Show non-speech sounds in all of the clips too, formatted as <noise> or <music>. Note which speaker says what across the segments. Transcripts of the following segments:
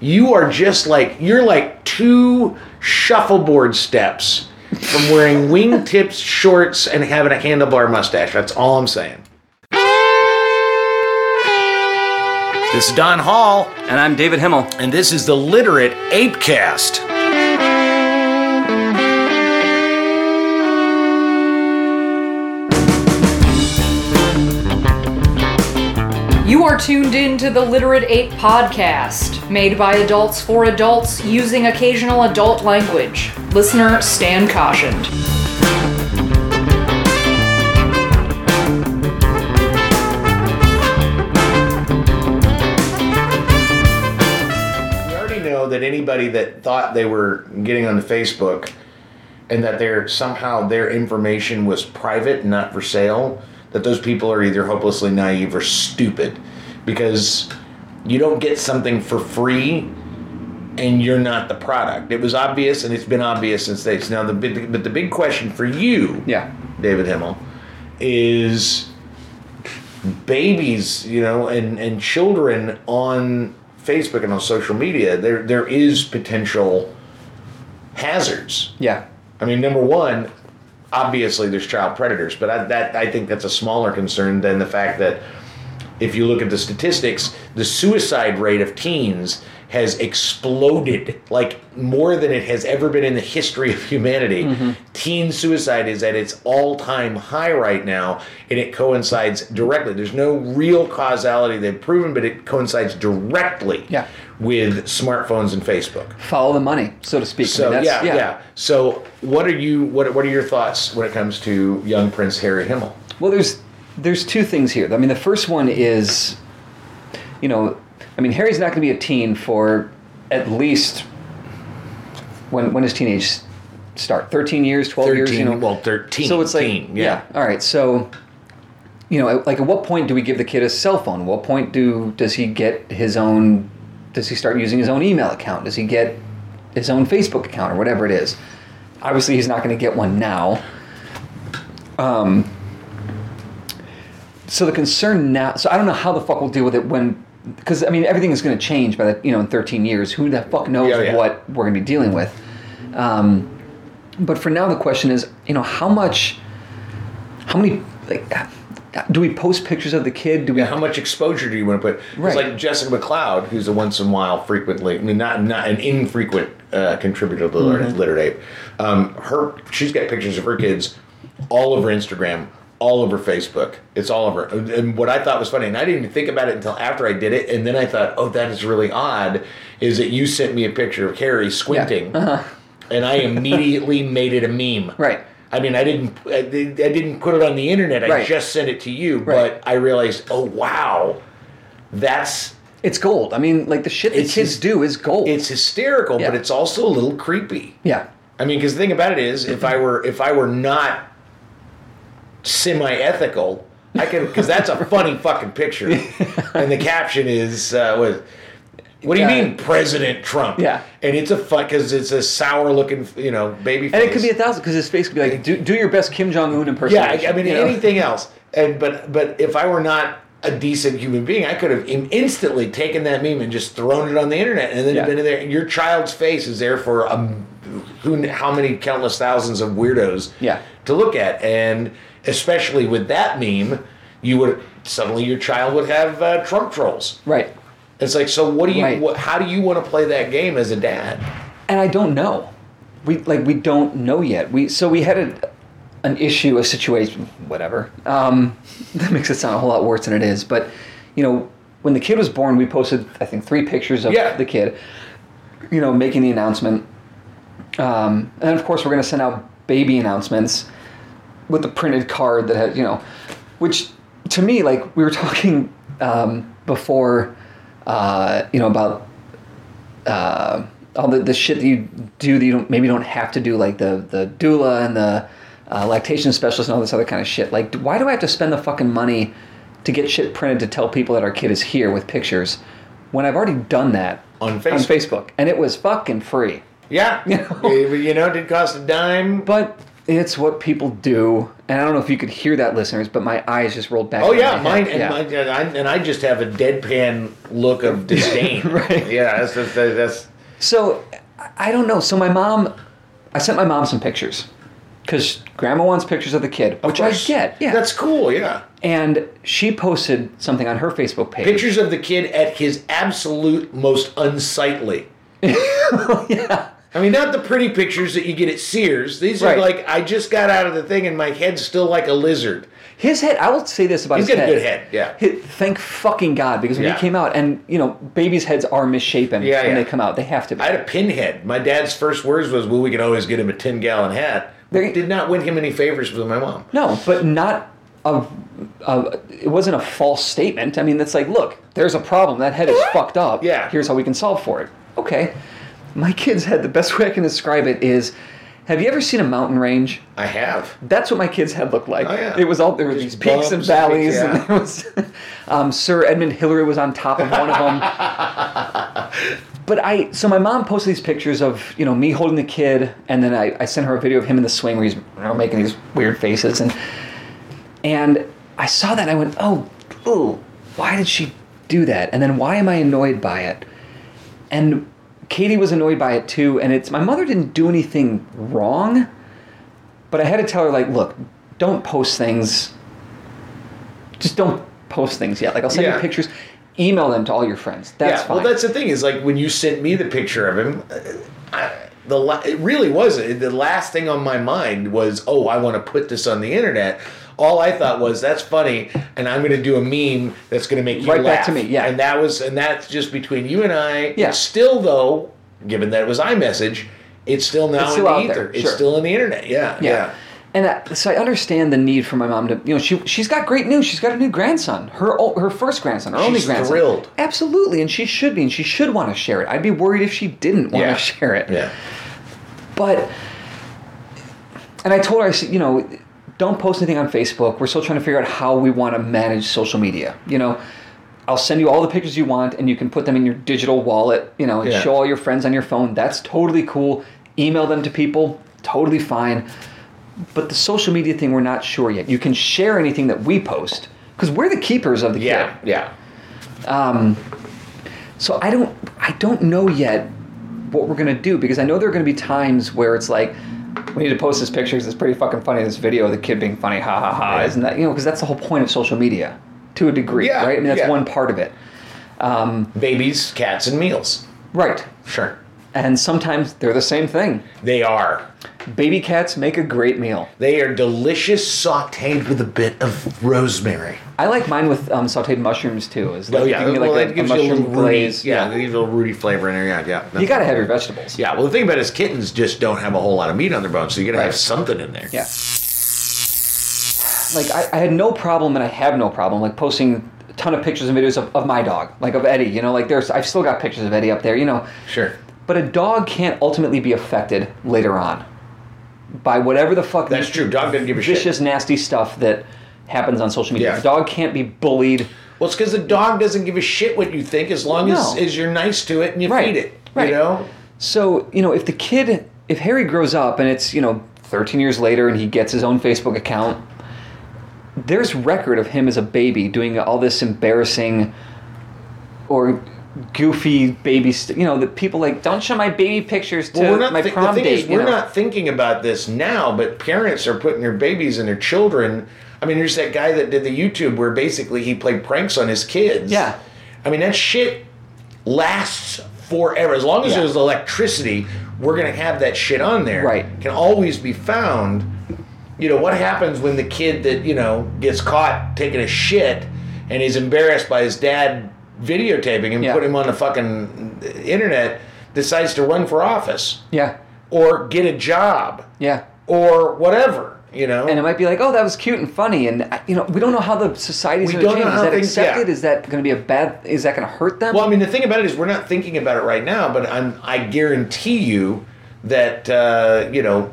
Speaker 1: you are just like you're like two shuffleboard steps from wearing wingtips shorts and having a handlebar mustache. That's all I'm saying. This is Don Hall,
Speaker 2: And I'm David Himmel.
Speaker 1: and this is the Literate Apecast.
Speaker 3: You are tuned in to the Literate Ape podcast, made by adults for adults using occasional adult language. Listener, stand cautioned.
Speaker 1: We already know that anybody that thought they were getting onto Facebook and that their somehow their information was private and not for sale, that those people are either hopelessly naive or stupid because you don't get something for free and you're not the product. It was obvious and it's been obvious since days. Now the big, but the big question for you
Speaker 2: Yeah.
Speaker 1: David Himmel, is babies, you know, and, and children on Facebook and on social media, there there is potential hazards.
Speaker 2: Yeah.
Speaker 1: I mean, number one, obviously there's child predators, but I, that I think that's a smaller concern than the fact that if you look at the statistics, the suicide rate of teens has exploded like more than it has ever been in the history of humanity. Teen suicide is at its all-time high right now, and it coincides directly. There's no real causality they've proven, but it coincides directly
Speaker 2: Yeah.
Speaker 1: with smartphones and Facebook.
Speaker 2: Follow the money, so to speak. I
Speaker 1: So
Speaker 2: mean,
Speaker 1: yeah,
Speaker 2: that's-
Speaker 1: yeah, So what are you? What what are your thoughts when it comes to young Prince Harry Himmel?
Speaker 2: Well, there's there's two things here. I mean, the first one is, you know, I mean, Harry's not going to be a teen for at least when when his teenage start 13 years 12 years you know
Speaker 1: well, thirteen.
Speaker 2: so it's like
Speaker 1: teen,
Speaker 2: yeah. all right so you know like at what point do we give the kid a cell phone what point do does he get his own does he start using his own email account does he get his own facebook account or whatever it is obviously he's not going to get one now um, so the concern now so i don't know how the fuck we'll deal with it when because i mean everything is going to change by the you know in 13 years who the fuck knows
Speaker 1: Yeah, yeah.
Speaker 2: what we're going to be dealing with um, but for now the question is you know how much how many like do we post pictures of the kid do we
Speaker 1: Yeah, How much exposure do you want to put? It's
Speaker 2: Right.
Speaker 1: like Jessica McLeod, who's a once in a while, frequently, I mean, not not an infrequent uh, contributor to the
Speaker 2: Mm-hmm.
Speaker 1: Littered Ape. Um, her, she's got pictures of her kids all over Instagram, all over Facebook. It's all over. And- And what I thought was funny, and I didn't even think about it until after I did it, and then I thought, oh, that is really odd, is that you sent me a picture of Carrie squinting, and I immediately made it a meme.
Speaker 2: Uh-huh. Right.
Speaker 1: I mean, I didn't, I did- I didn't put it on the internet. I
Speaker 2: Right.
Speaker 1: just sent it to you,
Speaker 2: Right.
Speaker 1: but I realized, oh wow, that's
Speaker 2: it's gold i mean like the shit the
Speaker 1: It's
Speaker 2: kids
Speaker 1: just-
Speaker 2: do is gold
Speaker 1: it's hysterical, but
Speaker 2: Yeah.
Speaker 1: it's also a little creepy.
Speaker 2: yeah
Speaker 1: I mean, because the thing about it is, if I were if I were not semi-ethical, I could because that's
Speaker 2: <laughs>
Speaker 1: a funny fucking picture, and the caption is uh, what. What do you
Speaker 2: Yeah.
Speaker 1: mean, President Trump?
Speaker 2: Yeah.
Speaker 1: and it's a fuck because it's a sour-looking, you know, baby.
Speaker 2: and it could be a thousand because his face could be like do, do your best kim jong-un
Speaker 1: Yeah,
Speaker 2: impersonation
Speaker 1: I, I mean
Speaker 2: you know?
Speaker 1: anything else. And but but if I were not a decent human being, I could have in- instantly taken that meme and just thrown it on the internet, and then
Speaker 2: Yeah.
Speaker 1: been in there. Your child's face is there for um, who, kn- how many countless thousands of weirdos
Speaker 2: Yeah.
Speaker 1: to look at, and especially with that meme, you would suddenly your child would have uh, Trump trolls.
Speaker 2: right
Speaker 1: It's like, so what do you?
Speaker 2: Right.
Speaker 1: What, how do you want to play that game as a dad?
Speaker 2: and I don't know. We like we don't know yet. We so we had a, an issue, a situation, whatever. Um, <laughs> that makes it sound a whole lot worse than it is. But you know, when the kid was born, we posted I think three pictures of
Speaker 1: Yeah.
Speaker 2: the kid. You know, making the announcement, um, and then, of course we're going to send out baby announcements with the printed card that had you know, which to me like we were <laughs> talking um, before, uh, you know about uh, all the, the shit that you do that you don't maybe don't have to do, like the the doula and the uh, lactation specialist and all this other kind of shit. Like, d- why do I have to spend the fucking money to get shit printed to tell people that our kid is here with pictures when I've already done that
Speaker 1: On
Speaker 2: on
Speaker 1: Facebook.
Speaker 2: <laughs> Facebook and it was fucking free?
Speaker 1: Yeah, you know, it didn't cost a dime,
Speaker 2: But It's what people do, and I don't know if you could hear that, listeners, but my eyes just rolled back.
Speaker 1: Oh
Speaker 2: in my
Speaker 1: yeah,
Speaker 2: head.
Speaker 1: mine and,
Speaker 2: Yeah.
Speaker 1: mine and I, and I just have a deadpan look
Speaker 2: <laughs>
Speaker 1: of disdain.
Speaker 2: Right.
Speaker 1: Yeah, that's that's, that's
Speaker 2: So I- I don't know. So my mom, I sent my mom some pictures because grandma wants pictures of the kid, which I
Speaker 1: course.
Speaker 2: get. Yeah,
Speaker 1: That's cool. Yeah.
Speaker 2: and she posted something on her Facebook page.
Speaker 1: Pictures of the kid at his absolute most
Speaker 2: <laughs>
Speaker 1: unsightly.
Speaker 2: Oh, yeah.
Speaker 1: I mean, not the pretty pictures that you get at Sears. These
Speaker 2: Right.
Speaker 1: are like I just got out of the thing and my head's still like a lizard.
Speaker 2: His head. I will say this about
Speaker 1: He's
Speaker 2: his
Speaker 1: got a
Speaker 2: head.
Speaker 1: good head, yeah.
Speaker 2: Hi- thank fucking God because when
Speaker 1: Yeah.
Speaker 2: he came out, and you know, babies' heads are misshapen
Speaker 1: Yeah,
Speaker 2: when
Speaker 1: yeah.
Speaker 2: they come out. They have to be.
Speaker 1: I had a pinhead. My dad's first words was, "Well, we can always get him a ten gallon hat."
Speaker 2: They-
Speaker 1: Did not win him any favors with my mom.
Speaker 2: No, but not a, a. It wasn't a false statement. I mean, that's like, look, there's a problem. That head is fucked up.
Speaker 1: Yeah.
Speaker 2: Here's how we can solve for it. Okay. My kid's head, the best way I can describe it is have you ever seen a mountain range?
Speaker 1: I have.
Speaker 2: That's what my kid's head looked like.
Speaker 1: Oh, yeah.
Speaker 2: It was all there were these peaks
Speaker 1: bumps and
Speaker 2: and
Speaker 1: peaks,
Speaker 2: valleys, and,
Speaker 1: yeah.
Speaker 2: there was <laughs> um, Sir Edmund Hillary was on top of one of them.
Speaker 1: <laughs>
Speaker 2: but I so my mom posted these pictures of you know me holding the kid, and then I, I sent her a video of him in the swing where he's you know, making these weird faces, and and I saw that and I went, oh, ooh, why did she do that? And then why am I annoyed by it? And Katie was annoyed by it too. And it's my mother didn't do anything wrong, but I had to tell her like, look, don't post things. Just don't post things yet. Like I'll send
Speaker 1: Yeah.
Speaker 2: you pictures, email them to all your friends. That's
Speaker 1: yeah,
Speaker 2: fine.
Speaker 1: well, that's the thing is like when you sent me the picture of him, uh, I, the la- it really was the last thing on my mind was oh I want to put this on the internet. All I thought was that's funny, and I'm going to do a meme that's going to make you
Speaker 2: Right back
Speaker 1: laugh."
Speaker 2: to me, yeah.
Speaker 1: and that was and that's just between you and I.
Speaker 2: Yeah.
Speaker 1: Still though, given that it was iMessage, it's still now
Speaker 2: It's still
Speaker 1: in the
Speaker 2: out
Speaker 1: ether.
Speaker 2: there,
Speaker 1: It's
Speaker 2: sure.
Speaker 1: still in the internet. Yeah, yeah.
Speaker 2: Yeah. And I, so I understand the need for my mom to, you know, she she's got great news. She's got a new grandson, her o- her first grandson, her only
Speaker 1: She's
Speaker 2: grandson.
Speaker 1: thrilled.
Speaker 2: Absolutely, and she should be, and she should want to share it. I'd be worried if she didn't want
Speaker 1: Yeah.
Speaker 2: to share it.
Speaker 1: Yeah.
Speaker 2: But, and I told her, I said, you know, don't post anything on Facebook. We're still trying to figure out how we want to manage social media. You know, I'll send you all the pictures you want, and you can put them in your digital wallet. You know, and
Speaker 1: Yeah.
Speaker 2: show all your friends on your phone. That's totally cool. Email them to people. Totally fine. But the social media thing, we're not sure yet. You can share anything that we post because we're the keepers of the kid.
Speaker 1: Yeah, yeah.
Speaker 2: So I don't I don't know yet what we're gonna do because I know there are gonna be times where it's like we need to post this picture 'cause it's pretty fucking funny. This video of the kid being funny, ha ha ha, isn't that you know? Because that's the whole point of social media to a degree,
Speaker 1: Yeah,
Speaker 2: right? I mean that's
Speaker 1: yeah.
Speaker 2: one part of it,
Speaker 1: Babies, cats, and meals.
Speaker 2: right?
Speaker 1: Sure,
Speaker 2: And sometimes they're the same thing.
Speaker 1: they are.
Speaker 2: Baby cats make a great meal.
Speaker 1: They are delicious sauteed with a bit of rosemary.
Speaker 2: I like mine with um, sautéed mushrooms too. Is like
Speaker 1: Oh, yeah.
Speaker 2: you can get
Speaker 1: well, that
Speaker 2: like a, a
Speaker 1: gives you a
Speaker 2: mushroom
Speaker 1: little
Speaker 2: glaze.
Speaker 1: rooty, yeah, it gives you a little rooty flavor in there. Yeah, yeah.
Speaker 2: you
Speaker 1: that's-
Speaker 2: gotta have your vegetables.
Speaker 1: Yeah, well, the thing about it is kittens just don't have a whole lot of meat on their bones, so you gotta
Speaker 2: Right.
Speaker 1: have something in there.
Speaker 2: Yeah. Like I, I had no problem, and I have no problem, like posting a ton of pictures and videos of, of my dog, like of Eddie. You know, like there's I've still got pictures of Eddie up there. You know,
Speaker 1: Sure.
Speaker 2: but a dog can't ultimately be affected later on by whatever the fuck.
Speaker 1: That's true. Dog doesn't give a shit.
Speaker 2: Vicious, nasty stuff that happens on social media.
Speaker 1: Yeah.
Speaker 2: The dog can't be bullied.
Speaker 1: Well, it's because the dog doesn't give a shit what you think as long as,
Speaker 2: No.
Speaker 1: as you're nice to it and you
Speaker 2: Right,
Speaker 1: feed it.
Speaker 2: right.
Speaker 1: You know?
Speaker 2: So, you know, if the kid, if Harry grows up and it's, you know, 13 years later and he gets his own Facebook account, there's record of him as a baby doing all this embarrassing or goofy baby st- you know that people like don't show my baby pictures to
Speaker 1: Well, we're not
Speaker 2: Uh, my
Speaker 1: thi- the
Speaker 2: prom
Speaker 1: thing
Speaker 2: date
Speaker 1: is,
Speaker 2: you
Speaker 1: we're
Speaker 2: know?
Speaker 1: not thinking about this now, but parents are putting their babies and their children. I mean, there's that guy that did the YouTube where basically he played pranks on his kids.
Speaker 2: Yeah.
Speaker 1: I mean, that shit lasts forever. As long as
Speaker 2: Yeah.
Speaker 1: there's electricity, we're going to have that shit on there.
Speaker 2: Right.
Speaker 1: Can always be found. You know, what happens when the kid that, you know, gets caught taking a shit and he's embarrassed by his dad videotaping him,
Speaker 2: Yeah.
Speaker 1: put him on the fucking internet, decides to run for office
Speaker 2: yeah
Speaker 1: or get a job
Speaker 2: yeah
Speaker 1: or whatever, you know?
Speaker 2: and it might be like oh that was cute and funny and uh, you know we don't know how the society's
Speaker 1: We
Speaker 2: going to
Speaker 1: don't know
Speaker 2: change is
Speaker 1: how
Speaker 2: that
Speaker 1: things-
Speaker 2: accepted
Speaker 1: yeah.
Speaker 2: is that going to be a bad is that going to hurt them
Speaker 1: Well, I mean, the thing about it is, we're not thinking about it right now, but I'm, I guarantee you that, uh, you know,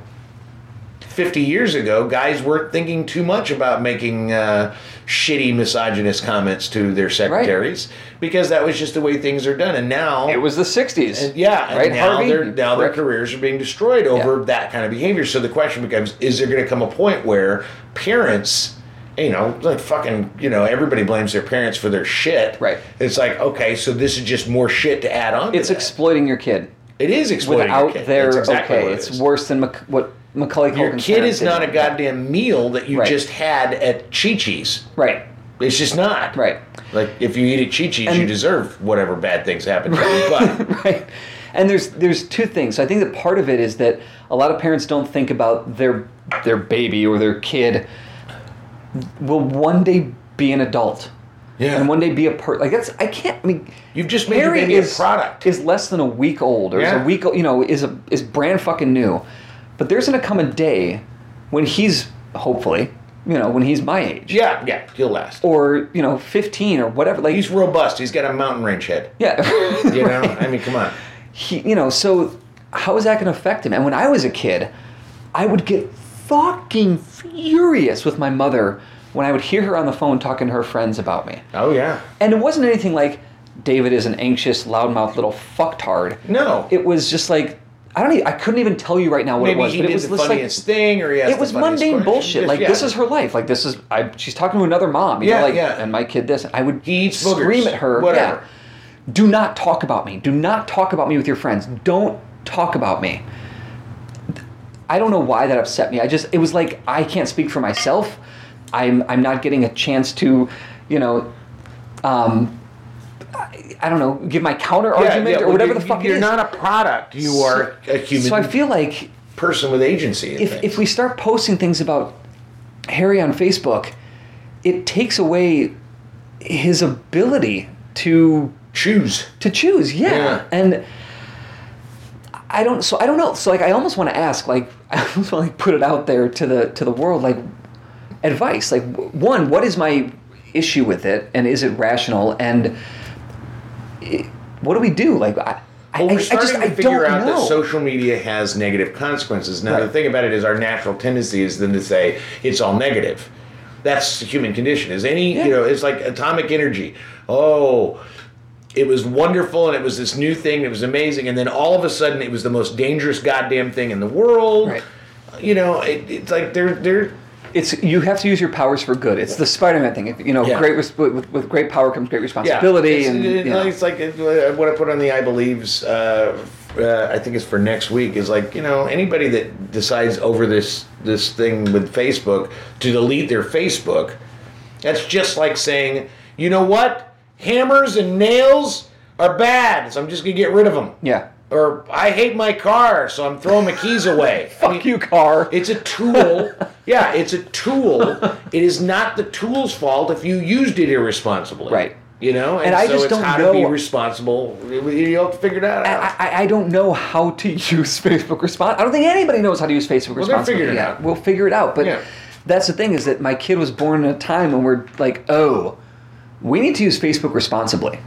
Speaker 1: 50 years ago, guys weren't thinking too much about making uh, shitty misogynist comments to their secretaries because that was just the way things are done. And now
Speaker 2: It was the '60s.
Speaker 1: and- yeah, and
Speaker 2: right,
Speaker 1: now
Speaker 2: Harvey.
Speaker 1: their
Speaker 2: You
Speaker 1: now their
Speaker 2: prick.
Speaker 1: careers are being destroyed over
Speaker 2: Yeah.
Speaker 1: that kind of behavior. So the question becomes: Is there going to come a point where parents, you know, like fucking, you know, everybody blames their parents for their shit.
Speaker 2: Right.
Speaker 1: It's like okay, so this is just more shit to add on. to
Speaker 2: It's
Speaker 1: that.
Speaker 2: exploiting your kid
Speaker 1: it is exploiting your
Speaker 2: without
Speaker 1: kid.
Speaker 2: their
Speaker 1: That's exactly
Speaker 2: okay.
Speaker 1: what it
Speaker 2: it's
Speaker 1: is.
Speaker 2: worse than Mac- what Macaulay Culkin.
Speaker 1: Your kid is not a goddamn meal that you
Speaker 2: Right.
Speaker 1: just had at Chi-Chi's.
Speaker 2: Right. <laughs>
Speaker 1: It's just not.
Speaker 2: Right.
Speaker 1: Like if you eat at Chi-Chi's, you
Speaker 2: And-
Speaker 1: deserve whatever bad things happen to
Speaker 2: <laughs>
Speaker 1: you. But
Speaker 2: right and there's there's two things so i think that part of it is that a lot of parents don't think about their their baby or their kid will one day be an adult
Speaker 1: yeah,
Speaker 2: and one day be a per like that's i can't i mean
Speaker 1: You've just made your
Speaker 2: Harry
Speaker 1: baby a product.
Speaker 2: is less than a week old or is
Speaker 1: Yeah.
Speaker 2: a week o- you know is a is brand fucking new but there's gonna come a day when he's hopefully you know when he's my age
Speaker 1: yeah, yeah, he'll last.
Speaker 2: or you know 15 or whatever like
Speaker 1: He's robust. He's got a mountain range head.
Speaker 2: yeah <laughs>
Speaker 1: You know, I mean, come on.
Speaker 2: he, you know, so how is that going to affect him? And when I was a kid, I would get fucking furious with my mother when I would hear her on the phone talking to her friends about me.
Speaker 1: Oh yeah.
Speaker 2: And it wasn't anything like David is an anxious, loudmouthed little fucktard.
Speaker 1: No.
Speaker 2: It was just like I don't even, I couldn't even tell you right now what
Speaker 1: Maybe
Speaker 2: it was,
Speaker 1: he
Speaker 2: but
Speaker 1: did
Speaker 2: it was
Speaker 1: the
Speaker 2: just like
Speaker 1: funniest thing, or he asked
Speaker 2: it was
Speaker 1: the funniest
Speaker 2: mundane
Speaker 1: question.
Speaker 2: bullshit.
Speaker 1: Just-
Speaker 2: Like
Speaker 1: yeah.
Speaker 2: this is her life. Like this is I, she's talking to another mom. You
Speaker 1: Yeah,
Speaker 2: know, like,
Speaker 1: yeah.
Speaker 2: And my kid this. I would
Speaker 1: He eats boogers.
Speaker 2: scream at her.
Speaker 1: Whatever.
Speaker 2: Yeah. Do not talk about me. Do not talk about me with your friends. Don't talk about me. I don't know why that upset me. I just it was like I can't speak for myself. I'm I'm not getting a chance to, you know, um, I, I don't know, give my counter
Speaker 1: Yeah,
Speaker 2: argument
Speaker 1: yeah,
Speaker 2: or
Speaker 1: well,
Speaker 2: whatever
Speaker 1: you-
Speaker 2: the fuck
Speaker 1: You're
Speaker 2: it is.
Speaker 1: not a product. You are a human
Speaker 2: so I feel like
Speaker 1: person with agency. I
Speaker 2: if,
Speaker 1: think.
Speaker 2: if we start posting things about Harry on Facebook, it takes away his ability to
Speaker 1: choose,
Speaker 2: to choose. Yeah,
Speaker 1: Yeah.
Speaker 2: and I don't. So I don't know. So like, I almost want to ask. Like, <laughs> I almost want to like put it out there to the to the world. Like, advice. Like, w- one, what is my issue with it, and is it rational? And i- what do we do? Like, I, I,
Speaker 1: well,
Speaker 2: I, I
Speaker 1: we're starting
Speaker 2: just
Speaker 1: to
Speaker 2: I
Speaker 1: figure
Speaker 2: don't
Speaker 1: out
Speaker 2: know.
Speaker 1: that social media has negative consequences. Now, the
Speaker 2: Right.
Speaker 1: thing about it is, our natural tendency is then to say it's all negative. That's the human condition. Is any
Speaker 2: Yeah.
Speaker 1: you know? It's like atomic energy. Oh, it was wonderful, and it was this new thing. It was amazing, and then all of a sudden, it was the most dangerous goddamn thing in the world.
Speaker 2: Right.
Speaker 1: You know, it, it's like they're they're
Speaker 2: it's you have to use your powers for good. It's the Spider-Man thing. If, You know,
Speaker 1: Yeah.
Speaker 2: great res- with, with great power comes great
Speaker 1: yeah.
Speaker 2: responsibility,
Speaker 1: It's,
Speaker 2: and
Speaker 1: it-
Speaker 2: you know.
Speaker 1: it's like uh, what I put on the I believes. Uh, uh, I think it's for next week. Is like you know anybody that decides over this this thing with Facebook to delete their Facebook. That's just like saying you know what hammers and nails are bad, so I'm just gonna get rid of them.
Speaker 2: yeah.
Speaker 1: Or I hate my car, so I'm throwing my keys away. I mean,
Speaker 2: <laughs> Fuck you, car.
Speaker 1: it's a tool. yeah, it's a tool. It is not the tool's fault if you used it irresponsibly.
Speaker 2: Right.
Speaker 1: You know, and,
Speaker 2: And I
Speaker 1: so
Speaker 2: just
Speaker 1: it's
Speaker 2: don't
Speaker 1: how to be
Speaker 2: know-
Speaker 1: responsible. You have to figure that out.
Speaker 2: I, I, I don't know how to <laughs> use Facebook response. I don't think anybody knows how to use Facebook
Speaker 1: they'll
Speaker 2: response.
Speaker 1: figure it
Speaker 2: yeah,
Speaker 1: out.
Speaker 2: We'll figure it out. But
Speaker 1: Yeah.
Speaker 2: that's the thing is that my kid was born in a time when we're like, oh, we need to use Facebook responsibly.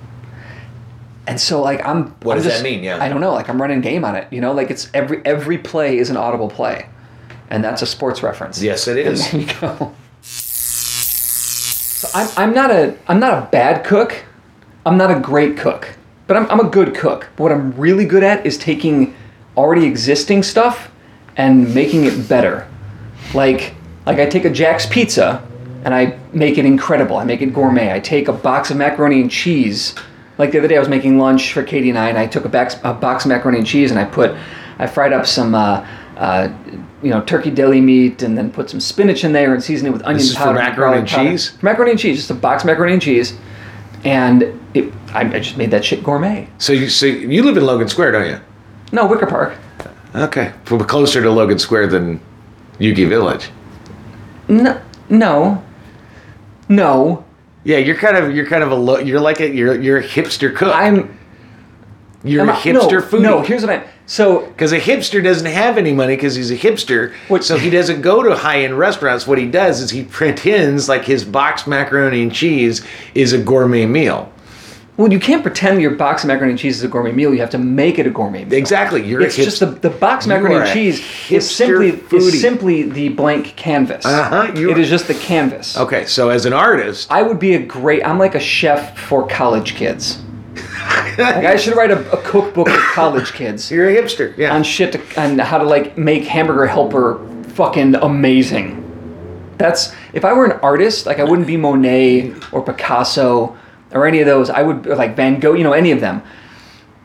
Speaker 2: And so, like, I'm.
Speaker 1: What
Speaker 2: I'm
Speaker 1: does that
Speaker 2: just-
Speaker 1: mean? Yeah.
Speaker 2: I don't know. Like, I'm running game on it. You know, like it's every every play is an audible play, and that's a sports reference.
Speaker 1: yes, it is.
Speaker 2: <laughs> There you go. So I'm, I'm not a I'm not a bad cook. I'm not a great cook, but I'm, I'm a good cook. But what I'm really good at is taking already existing stuff and making it better. Like like I take a Jack's pizza and I make it incredible. I make it gourmet. I take a box of macaroni and cheese. Like the other day, I was making lunch for Katie and I, and I took a box, a box of macaroni and cheese and I put, I fried up some, uh, uh, you know, turkey deli meat, and then put some spinach in there and seasoned it with onion
Speaker 1: This is for
Speaker 2: powder.
Speaker 1: macaroni
Speaker 2: garlic
Speaker 1: and
Speaker 2: powder.
Speaker 1: cheese?
Speaker 2: Macaroni and cheese, just a box of macaroni and cheese, and it, I, I just made that shit gourmet.
Speaker 1: So you so you live in Logan Square, don't you?
Speaker 2: No, Wicker Park.
Speaker 1: Okay, we're closer to Logan Square than Yuki Village.
Speaker 2: No, no, no.
Speaker 1: Yeah, you're kind of you're kind of a lo- you're like a you're you're a hipster cook.
Speaker 2: I'm.
Speaker 1: you're
Speaker 2: am
Speaker 1: a
Speaker 2: I-
Speaker 1: hipster
Speaker 2: no,
Speaker 1: foodie.
Speaker 2: No, here's what I'm. So
Speaker 1: Because a hipster doesn't have any money because he's a hipster,
Speaker 2: Which-
Speaker 1: so he doesn't go to high-end restaurants. What he <laughs> does is he pretends like his boxed macaroni and cheese is a gourmet meal.
Speaker 2: Well, you can't pretend your box of macaroni and cheese is a gourmet meal. You have to make it a gourmet meal.
Speaker 1: Exactly. You're
Speaker 2: It's
Speaker 1: a hipster.
Speaker 2: just the, the box macaroni
Speaker 1: You are
Speaker 2: and
Speaker 1: a
Speaker 2: cheese
Speaker 1: hipster
Speaker 2: is simply
Speaker 1: foodie.
Speaker 2: is simply the blank canvas.
Speaker 1: Uh-huh, you
Speaker 2: It
Speaker 1: are-
Speaker 2: is just the canvas.
Speaker 1: Okay, so as an artist,
Speaker 2: I would be a great. I'm like a chef for college
Speaker 1: <laughs>
Speaker 2: kids. like I should write a, a cookbook for college kids
Speaker 1: you're a hipster. Yeah.
Speaker 2: on shit to, on how to like make hamburger helper fucking amazing. That's if I were an artist, like I wouldn't be Monet or Picasso or any of those. I would or like Van Gogh, you know, any of them.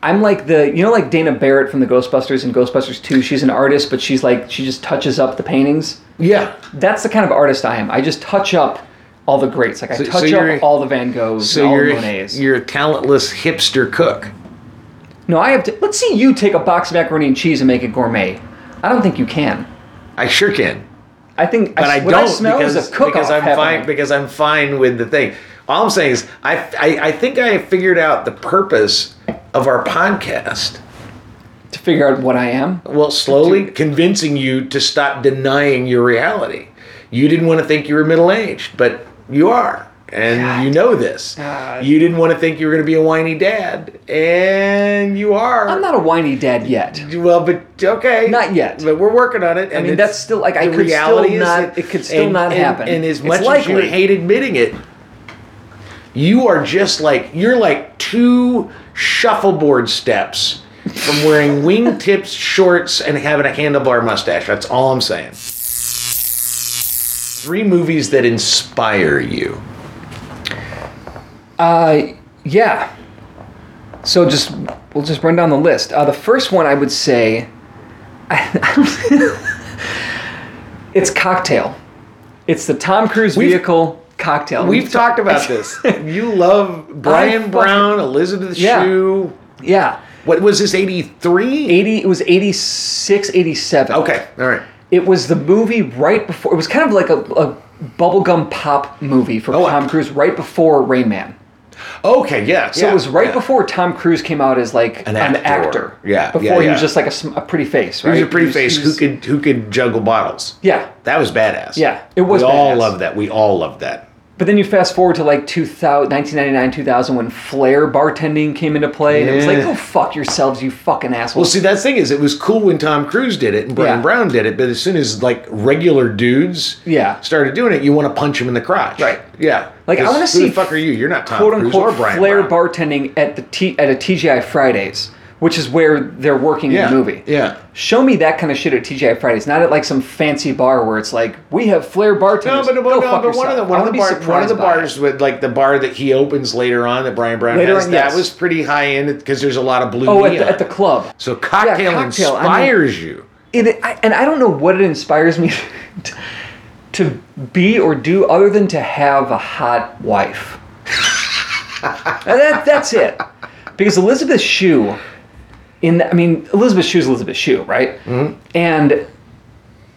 Speaker 2: I'm like the you know like Dana Barrett from the Ghostbusters and Ghostbusters 2. She's an artist, but she's like she just touches up the paintings.
Speaker 1: yeah.
Speaker 2: That's the kind of artist I am. I just touch up all the greats. Like I
Speaker 1: So- so
Speaker 2: touch
Speaker 1: you're-
Speaker 2: up all the Van Goghs
Speaker 1: So
Speaker 2: and all
Speaker 1: you're
Speaker 2: the Monets.
Speaker 1: you're a talentless hipster cook.
Speaker 2: no, I have to let's see you take a box of macaroni and cheese and make it gourmet. I don't think you can.
Speaker 1: I sure can,
Speaker 2: I think
Speaker 1: but I,
Speaker 2: what
Speaker 1: don't
Speaker 2: smell
Speaker 1: because,
Speaker 2: is a cook
Speaker 1: because I'm fine because I'm fine with the thing. All I'm saying is I, I I think I figured out the purpose of our podcast.
Speaker 2: to figure out what I am.
Speaker 1: Well, slowly convincing you to stop denying your reality. You didn't want to think you were middle aged, but you are. And you know this.
Speaker 2: God.
Speaker 1: You didn't want to think you were going to be a whiny dad, and you are.
Speaker 2: I'm not a whiny dad yet.
Speaker 1: Well, but okay.
Speaker 2: Not yet.
Speaker 1: But we're working on it. And
Speaker 2: mean,
Speaker 1: it's-
Speaker 2: that's still- like, I
Speaker 1: the
Speaker 2: could still
Speaker 1: reality is
Speaker 2: not-
Speaker 1: that-
Speaker 2: it could still
Speaker 1: and-
Speaker 2: not
Speaker 1: and-
Speaker 2: happen.
Speaker 1: And as
Speaker 2: It's
Speaker 1: much as you
Speaker 2: likely.
Speaker 1: hate admitting it, you are just like you're like two shuffleboard steps from wearing <laughs> wingtips shorts and having a handlebar mustache. That's all I'm saying. Three movies that inspire you.
Speaker 2: Uh, yeah. So just we'll just run down the list. Uh, the first one I would say, <laughs> it's cocktail. It's the Tom Cruise
Speaker 1: We've-
Speaker 2: vehicle cocktail.
Speaker 1: We've talked about this.
Speaker 2: <laughs>
Speaker 1: You love Brian
Speaker 2: fucking-
Speaker 1: Brown, Elizabeth
Speaker 2: Yeah.
Speaker 1: Shue.
Speaker 2: yeah.
Speaker 1: What was this? Eighty three.
Speaker 2: 80 it was 86 87
Speaker 1: Okay, all right.
Speaker 2: it was the movie right before it was kind of like a, a bubblegum pop movie for
Speaker 1: Oh, I-
Speaker 2: tom cruise right before rain man
Speaker 1: Okay, yeah.
Speaker 2: So it was right before Tom Cruise came out as like
Speaker 1: An
Speaker 2: an
Speaker 1: actor.
Speaker 2: actor.
Speaker 1: Yeah,
Speaker 2: Before
Speaker 1: yeah,
Speaker 2: he
Speaker 1: yeah.
Speaker 2: was just like a, sm- a pretty face, right?
Speaker 1: He was a pretty face
Speaker 2: he
Speaker 1: who
Speaker 2: was-
Speaker 1: could who could juggle bottles.
Speaker 2: Yeah.
Speaker 1: That was badass.
Speaker 2: Yeah, it was
Speaker 1: We all
Speaker 2: badass.
Speaker 1: loved that. We all loved that.
Speaker 2: But then you fast forward to like 2000, 1999, 2000 when flair bartending came into play. And it was like,
Speaker 1: Yeah.
Speaker 2: go fuck yourselves, you fucking
Speaker 1: Well,
Speaker 2: assholes.
Speaker 1: see, that thing is, it was cool when Tom Cruise did it and Brian
Speaker 2: Yeah.
Speaker 1: Brown did it, but as soon as like regular dudes
Speaker 2: Yeah.
Speaker 1: started doing it, you want to punch him in the crotch.
Speaker 2: Right.
Speaker 1: Yeah.
Speaker 2: Like, I
Speaker 1: 'Cause
Speaker 2: wanna
Speaker 1: who
Speaker 2: see
Speaker 1: the fuck are you? You're not Tom
Speaker 2: quote
Speaker 1: Cruise
Speaker 2: unquote
Speaker 1: or Brian
Speaker 2: flair
Speaker 1: Brown.
Speaker 2: bartending at the T, at a TGI Fridays, which is where they're working
Speaker 1: yeah.
Speaker 2: in the movie.
Speaker 1: Yeah.
Speaker 2: Show me that kind of shit at TGI Fridays, not at like some fancy bar where it's like we have flair
Speaker 1: No,
Speaker 2: bartenders.
Speaker 1: but,
Speaker 2: Go
Speaker 1: but, no, but
Speaker 2: fuck
Speaker 1: one
Speaker 2: yourself.
Speaker 1: of the one
Speaker 2: I
Speaker 1: of
Speaker 2: wanna
Speaker 1: the,
Speaker 2: be
Speaker 1: bar, one of
Speaker 2: surprised
Speaker 1: the
Speaker 2: by it.
Speaker 1: bars with like the bar that he opens later on that Brian Brown
Speaker 2: Later
Speaker 1: has
Speaker 2: on,
Speaker 1: that
Speaker 2: yes.
Speaker 1: was pretty high end because there's a lot of blue.
Speaker 2: Oh, at
Speaker 1: neon.
Speaker 2: the, at the club.
Speaker 1: So cocktail,
Speaker 2: cocktail, I mean-
Speaker 1: inspires you.
Speaker 2: it, I, and I don't know what it inspires me to, to be or do other than to have a hot wife. And that, that's it. Because Elizabeth Shue, in I mean Elizabeth Shue's Elizabeth Shue, right? Mm-hmm. And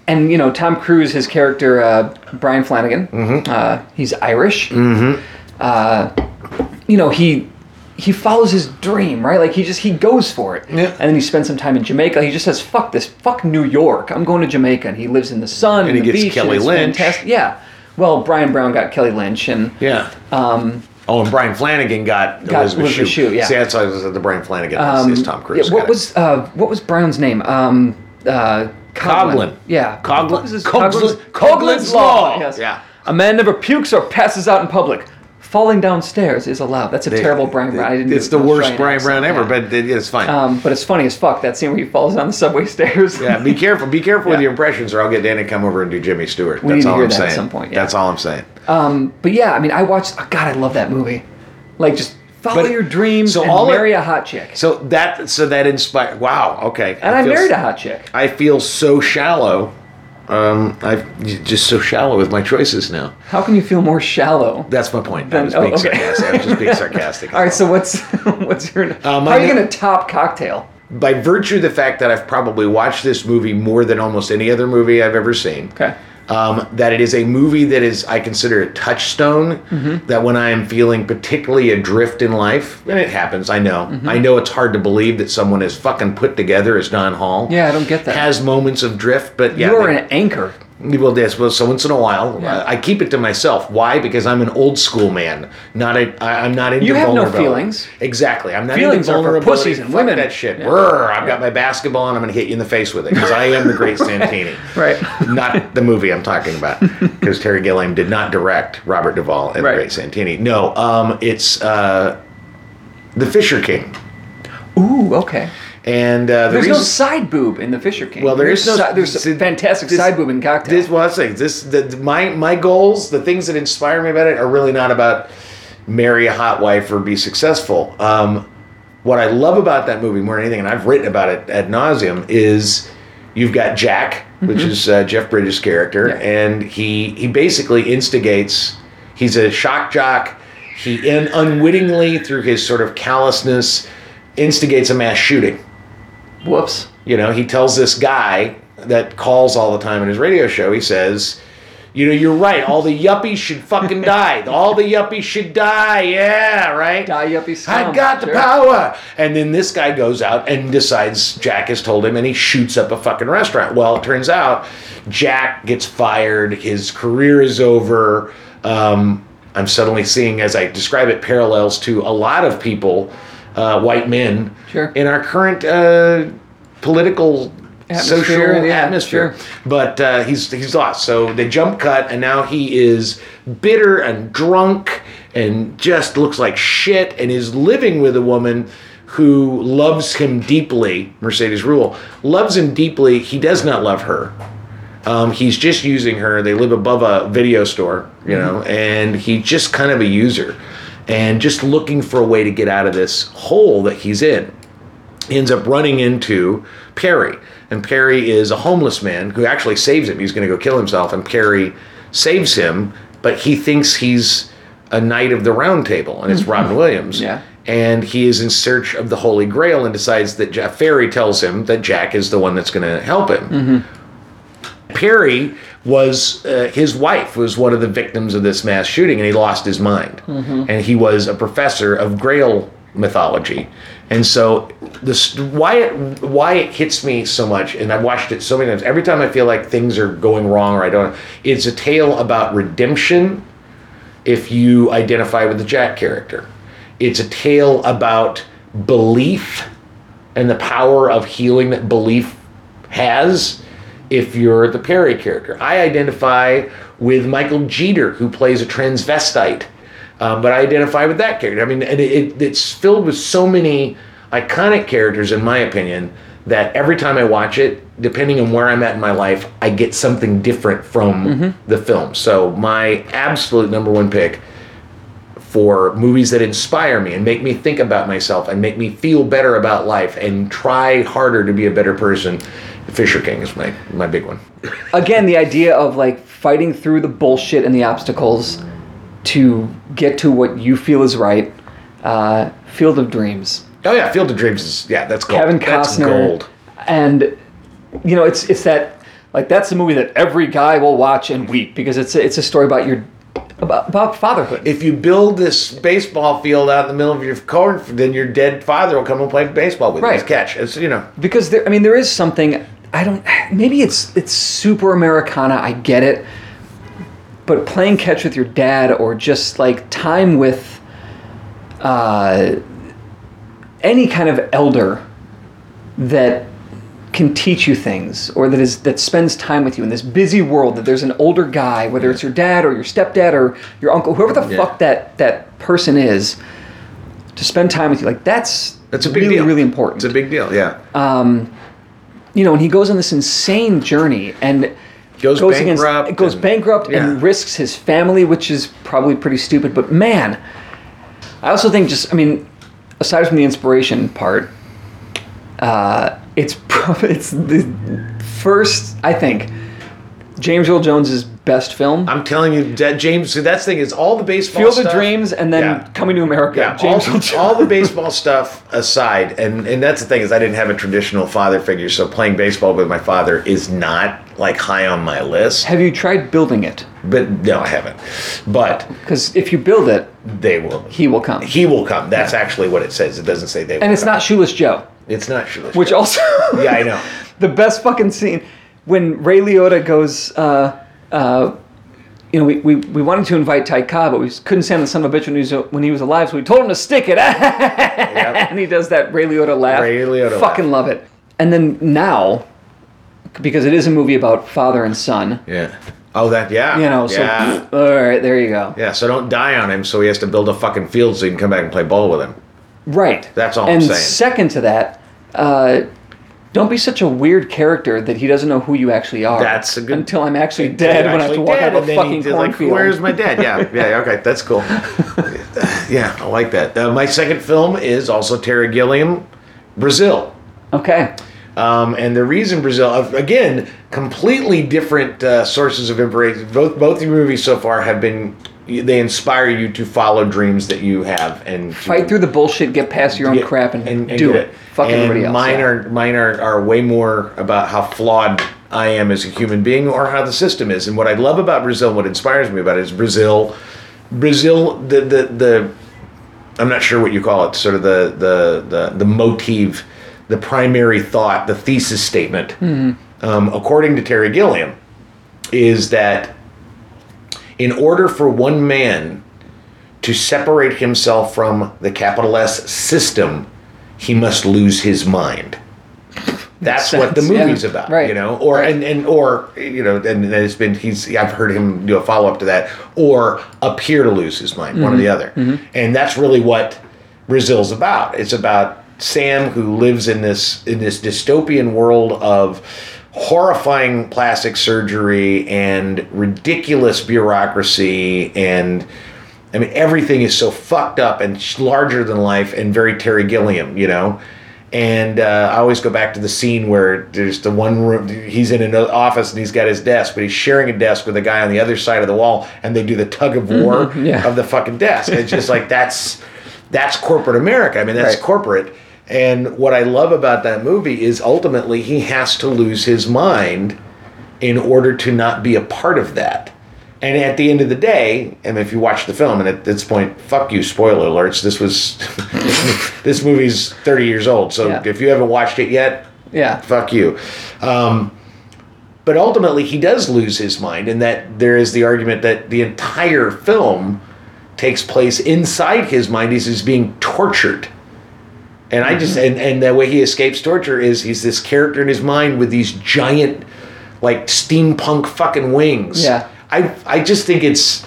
Speaker 2: and you know Tom Cruise, his character uh, Brian Flanagan, uh, he's Irish. Mm-hmm. Uh, you know he he follows his dream, right? Like he just he goes for it.
Speaker 1: Yeah.
Speaker 2: And then he spends some time in Jamaica. He just says, "Fuck this, fuck New York. I'm going to Jamaica." And he lives in the sun and,
Speaker 1: he
Speaker 2: the
Speaker 1: gets
Speaker 2: beach.
Speaker 1: Kelly
Speaker 2: and it's
Speaker 1: Lynch.
Speaker 2: fantastic. Yeah. Well, Brian Brown got Kelly Lynch, and
Speaker 1: Yeah.
Speaker 2: um,
Speaker 1: oh, and Brian Flanagan got,
Speaker 2: Got
Speaker 1: Elizabeth,
Speaker 2: Elizabeth
Speaker 1: Shue.
Speaker 2: Shue, yeah.
Speaker 1: See, that's why I was at the Brian Flanagan
Speaker 2: um,
Speaker 1: is Tom Cruise.
Speaker 2: yeah, what
Speaker 1: guy.
Speaker 2: was uh, what was Brown's name? Um, uh, Coughlin.
Speaker 1: Coughlin.
Speaker 2: Yeah.
Speaker 1: Coughlin-
Speaker 2: What was his-
Speaker 1: Coughlin's- Coughlin's Law. Yeah.
Speaker 2: A man never pukes or passes out in public. Falling downstairs is allowed. That's a terrible Brian Brown. I didn't.
Speaker 1: It's
Speaker 2: do
Speaker 1: the
Speaker 2: an
Speaker 1: worst
Speaker 2: Australian
Speaker 1: Brian Brown
Speaker 2: accent.
Speaker 1: ever,
Speaker 2: Yeah.
Speaker 1: but it, it's fine.
Speaker 2: Um, but it's funny as fuck that scene where he falls down the subway <laughs> stairs.
Speaker 1: yeah, be careful. Be careful with
Speaker 2: <laughs> Yeah.
Speaker 1: your impressions, or I'll get Dan to come over and do Jimmy Stewart.
Speaker 2: We
Speaker 1: That's
Speaker 2: need to
Speaker 1: all
Speaker 2: hear
Speaker 1: I'm
Speaker 2: that at
Speaker 1: saying.
Speaker 2: some point, yeah.
Speaker 1: That's all I'm saying.
Speaker 2: Um, but yeah, I mean, I watched. Oh, God, I love that movie. Like just follow
Speaker 1: But-
Speaker 2: your dreams
Speaker 1: so
Speaker 2: and
Speaker 1: all it-
Speaker 2: marry a hot chick.
Speaker 1: So that so that inspired. Wow. Okay.
Speaker 2: and I,
Speaker 1: feel-
Speaker 2: married a hot chick.
Speaker 1: I feel so shallow. Um, I'm just so shallow with my choices now.
Speaker 2: How can you feel more shallow?
Speaker 1: That's my point. I
Speaker 2: Then-
Speaker 1: was
Speaker 2: oh,
Speaker 1: being
Speaker 2: okay.
Speaker 1: sarcastic. I was just
Speaker 2: <laughs>
Speaker 1: being sarcastic.
Speaker 2: All right, so what's <laughs> what's your
Speaker 1: Um,
Speaker 2: how are
Speaker 1: I
Speaker 2: you
Speaker 1: know-
Speaker 2: gonna top cocktail?
Speaker 1: by virtue of the fact that I've probably watched this movie more than almost any other movie I've ever seen.
Speaker 2: Okay.
Speaker 1: Um, that it is a movie that is I consider a touchstone.
Speaker 2: Mm-hmm.
Speaker 1: That when I am feeling particularly adrift in life, and it happens, I know.
Speaker 2: Mm-hmm.
Speaker 1: I know it's hard to believe that someone as fucking put together as Don Hall.
Speaker 2: Yeah, I don't get that.
Speaker 1: Has moments of drift, but yeah,
Speaker 2: you are
Speaker 1: they-
Speaker 2: an anchor.
Speaker 1: Well, yes, well, so once in a while, uh,
Speaker 2: Yeah.
Speaker 1: I, I keep it to myself. Why? Because I'm an old school man. Not a, I, I'm not into
Speaker 2: You have no
Speaker 1: vulnerability.
Speaker 2: feelings.
Speaker 1: Exactly. I'm not
Speaker 2: Feelings
Speaker 1: into
Speaker 2: are for
Speaker 1: vulnerability.
Speaker 2: pussies and
Speaker 1: Fuck
Speaker 2: women.
Speaker 1: That shit.
Speaker 2: Yeah.
Speaker 1: Brr, I've got my basketball and I'm going to hit you in the face with it because I am the
Speaker 2: <laughs>
Speaker 1: great Santini.
Speaker 2: Right.
Speaker 1: not the movie I'm talking about
Speaker 2: <laughs>
Speaker 1: because Terry Gilliam did not direct Robert Duvall and
Speaker 2: Right.
Speaker 1: the Great Santini. No, um, it's uh, the Fisher King.
Speaker 2: Ooh, okay.
Speaker 1: And uh, the
Speaker 2: There's no
Speaker 1: reason-
Speaker 2: side boob in the Fisher King.
Speaker 1: Well, there
Speaker 2: there's
Speaker 1: is no-
Speaker 2: si- there's a
Speaker 1: see,
Speaker 2: fantastic
Speaker 1: this-
Speaker 2: side boob in cocktail.
Speaker 1: This, well, that's the thing. This, the, my my goals, the things that inspire me about it, are really not about marry a hot wife or be successful. Um, what I love about that movie more than anything, and I've written about it ad nauseum, is you've got Jack, which is uh, Jeff Bridges' character,
Speaker 2: Yeah.
Speaker 1: and he he basically instigates. He's a shock jock. He in, unwittingly, through his sort of callousness, instigates a mass shooting.
Speaker 2: Whoops.
Speaker 1: You know, he tells this guy that calls all the time in his radio show, he says, You know, you're right. All the yuppies should fucking
Speaker 2: <laughs>
Speaker 1: die. All the yuppies should die. Yeah, right?
Speaker 2: Die yuppie scum.
Speaker 1: I got the
Speaker 2: Sure.
Speaker 1: power. And then this guy goes out and decides Jack has told him and he shoots up a fucking restaurant. Well, it turns out Jack gets fired. His career is over. Um, I'm suddenly seeing, as I describe it, parallels to a lot of people, uh, white men,
Speaker 2: Sure.
Speaker 1: in our current uh, political,
Speaker 2: Atmosphere,
Speaker 1: social
Speaker 2: yeah,
Speaker 1: atmosphere.
Speaker 2: sure.
Speaker 1: But uh, he's he's lost. So they jump cut, and now he is bitter and drunk and just looks like shit, and is living with a woman who loves him deeply. Mercedes Rule loves him deeply. He does not love her. Um, he's just using her. They live above a video store, you know,
Speaker 2: Mm-hmm.
Speaker 1: and he's just kind of a user and just looking for a way to get out of this hole that he's in ends up running into Perry. And Perry is a homeless man who actually saves him. He's going to go kill himself, and Perry saves him, but he thinks he's a knight of the round table, and it's Robin Williams.
Speaker 2: Yeah.
Speaker 1: And he is in search of the Holy Grail and decides that Jack Ferry tells him that Jack is the one that's going to help him. Perry was uh, his wife was one of the victims of this mass shooting, and he lost his mind. And he was a professor of Grail mythology, and so this why it why it hits me so much, and I've watched it so many times. Every time I feel like things are going wrong or I don't, it's a tale about redemption. If you identify with the Jack character, it's a tale about belief and the power of healing that belief has if you're the Perry character. I identify with Michael Jeter, who plays a transvestite, um, but I identify with that character. I mean, and it, it, it's filled with so many iconic characters, in my opinion, that every time I watch it, depending on where I'm at in my life, I get something different from the film. So, my absolute number one pick for movies that inspire me and make me think about myself and make me feel better about life and try harder to be a better person. Fisher King is my, my big one.
Speaker 2: Again, the idea of like fighting through the bullshit and the obstacles to get to what you feel is right. Uh, Field of Dreams.
Speaker 1: Oh yeah, Field of Dreams is yeah, that's gold.
Speaker 2: Kevin
Speaker 1: That's
Speaker 2: Costner.
Speaker 1: gold.
Speaker 2: And you know, it's it's that like that's the movie that every guy will watch and weep because it's a, it's a story about your about, about fatherhood.
Speaker 1: If you build this baseball field out in the middle of your corn, then your dead father will come and play baseball with you.
Speaker 2: Right.
Speaker 1: It's catch. It's you know.
Speaker 2: because there, I mean, there is something I don't. Maybe it's it's super Americana. I get it, but playing catch with your dad or just like time with uh, any kind of elder that can teach you things or that is that spends time with you in this busy world that there's an older guy whether it's your dad or your stepdad or your uncle whoever the
Speaker 1: Yeah.
Speaker 2: fuck that that person is to spend time with you like that's
Speaker 1: That's a big
Speaker 2: really
Speaker 1: deal.
Speaker 2: really important Uh,
Speaker 1: It's a big deal, yeah.
Speaker 2: you know, and he goes on this insane journey and
Speaker 1: Goes bankrupt
Speaker 2: goes
Speaker 1: and-
Speaker 2: bankrupt
Speaker 1: yeah.
Speaker 2: and risks his family, which is probably pretty stupid. But man, I also think just, I mean, aside from the inspiration part, uh, it's <laughs> probably it's the first, I think, James Earl Jones's best film.
Speaker 1: I'm telling you, that James. See, that's the thing is all the baseball.
Speaker 2: Field of
Speaker 1: stuff-
Speaker 2: Dreams and then
Speaker 1: Yeah.
Speaker 2: Coming to America.
Speaker 1: Yeah,
Speaker 2: James Earl
Speaker 1: all,
Speaker 2: Jones.
Speaker 1: all the baseball stuff aside, and and that's the thing is I didn't have a traditional father figure, so playing baseball with my father is not like high on my list.
Speaker 2: Have you tried building it?
Speaker 1: But no, I haven't. But
Speaker 2: Because if you build it,
Speaker 1: they will.
Speaker 2: he will come.
Speaker 1: He will come. That's actually what it says. It doesn't say they. will
Speaker 2: and it's
Speaker 1: come.
Speaker 2: not Shoeless Joe, <laughs>
Speaker 1: It's not shoeless.
Speaker 2: which also
Speaker 1: yeah, I know.
Speaker 2: the best fucking scene. when Ray Liotta goes, uh, uh, you know, we, we, we wanted to invite Ty Cobb, but we couldn't stand the son of a bitch when he was, when he was alive, so we told him to stick it. <laughs> And he does that Ray Liotta laugh.
Speaker 1: Ray Liotta
Speaker 2: Fucking
Speaker 1: laugh.
Speaker 2: love it. And then now, because it is a movie about father and son,
Speaker 1: Yeah. Oh, that. Yeah.
Speaker 2: you know, so
Speaker 1: Yeah.
Speaker 2: all right, there you go.
Speaker 1: Yeah, so don't die on him so he has to build a fucking field so he can come back and play ball with him.
Speaker 2: Right.
Speaker 1: That's all I'm
Speaker 2: and
Speaker 1: saying.
Speaker 2: second to that, uh, don't be such a weird character that he doesn't know who you actually are.
Speaker 1: That's a good-
Speaker 2: Until I'm actually dead when I have to
Speaker 1: Actually
Speaker 2: walk out
Speaker 1: dead,
Speaker 2: of
Speaker 1: and
Speaker 2: a
Speaker 1: then he
Speaker 2: fucking
Speaker 1: did, like,
Speaker 2: cornfield.
Speaker 1: Where's my dad? Yeah, yeah, okay, that's cool.
Speaker 2: <laughs>
Speaker 1: yeah, I like that. Uh, my second film is also Terry Gilliam, Brazil.
Speaker 2: okay.
Speaker 1: Um, and the reason Brazil, again, completely different uh, sources of inspiration. Both both the movies so far have been they inspire you to follow dreams that you have and to-
Speaker 2: Fight through the bullshit, get past your own
Speaker 1: Yeah,
Speaker 2: crap, and, do
Speaker 1: get
Speaker 2: it. Fuck
Speaker 1: and
Speaker 2: everybody else.
Speaker 1: Mine
Speaker 2: yeah.
Speaker 1: are mine are, are way more about how flawed I am as a human being or how the system is. And what I love about Brazil, and what inspires me about it is Brazil Brazil the the, the I'm not sure what you call it, sort of the the the, the motive, the primary thought, the thesis statement.
Speaker 2: Mm-hmm.
Speaker 1: Um, according to Terry Gilliam, is that in order for one man to separate himself from the capital S system, he must lose his mind. That's what the
Speaker 2: sense, yeah.
Speaker 1: movie's about,
Speaker 2: Right.
Speaker 1: you know, or and and or you know, and then it's been he's I've heard him do a follow up to that, or appear to lose his mind, one or
Speaker 2: Mm-hmm.
Speaker 1: the other, and that's really what Brazil's about. It's about Sam who lives in this in this dystopian world of horrifying plastic surgery and ridiculous bureaucracy and I mean, everything is so fucked up and sh- larger than life and very Terry Gilliam, you know? And uh, I always go back to the scene where there's the one room, he's in an office and he's got his desk, but he's sharing a desk with a guy on the other side of the wall and they do the tug of war
Speaker 2: Mm-hmm, yeah.
Speaker 1: of the fucking desk. It's just like that's that's corporate America. I mean, that's
Speaker 2: Right.
Speaker 1: corporate. And what I love about that movie is ultimately he has to lose his mind in order to not be a part of that. And at the end of the day, and if you watch the film, and at this point, fuck you, spoiler alerts. This was <laughs> this movie's thirty years old, so
Speaker 2: Yeah.
Speaker 1: if you haven't watched it yet,
Speaker 2: Yeah.
Speaker 1: fuck you. Um, but ultimately, he does lose his mind, and that there is the argument that the entire film takes place inside his mind. He's, he's being tortured. And I just and, and the way he escapes torture is he's this character in his mind with these giant, like steampunk fucking wings.
Speaker 2: Yeah.
Speaker 1: I I just think it's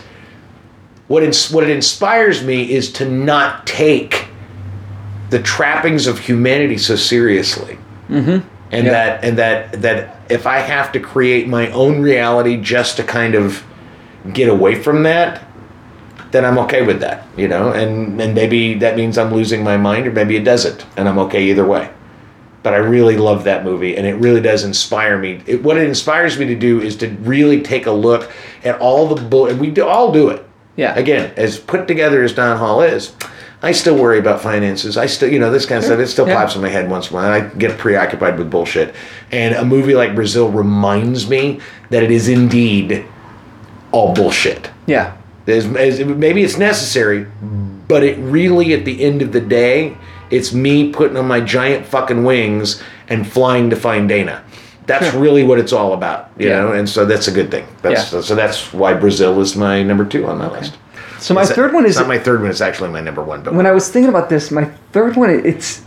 Speaker 1: what it's what it inspires me is to not take the trappings of humanity so seriously and
Speaker 2: Yeah.
Speaker 1: that and that that if I have to create my own reality just to kind of get away from that, then I'm okay with that, you know. And and maybe that means I'm losing my mind, or maybe it doesn't, and I'm okay either way. But I really love that movie, and it really does inspire me. It, what it inspires me to do is to really take a look at all the bull. And we do, all do it.
Speaker 2: Yeah.
Speaker 1: Again, as put together as Don Hall is, I still worry about finances. I still, you know, this kind of stuff. It still
Speaker 2: Yeah.
Speaker 1: pops in my head once in a while. I get preoccupied with bullshit. And a movie like Brazil reminds me that it is indeed all bullshit.
Speaker 2: Yeah.
Speaker 1: There's, as- maybe it's necessary, but it really, at the end of the day, it's me putting on my giant fucking wings and flying to find Dana. That's really what it's all about, you
Speaker 2: Yeah.
Speaker 1: know. And so that's a good thing. That's,
Speaker 2: Yeah.
Speaker 1: So that's why Brazil is my number two on my list.
Speaker 2: So my
Speaker 1: It's-
Speaker 2: third one
Speaker 1: it's
Speaker 2: is
Speaker 1: not my third one. It's actually my number one. But
Speaker 2: when I was thinking about this, my third one it's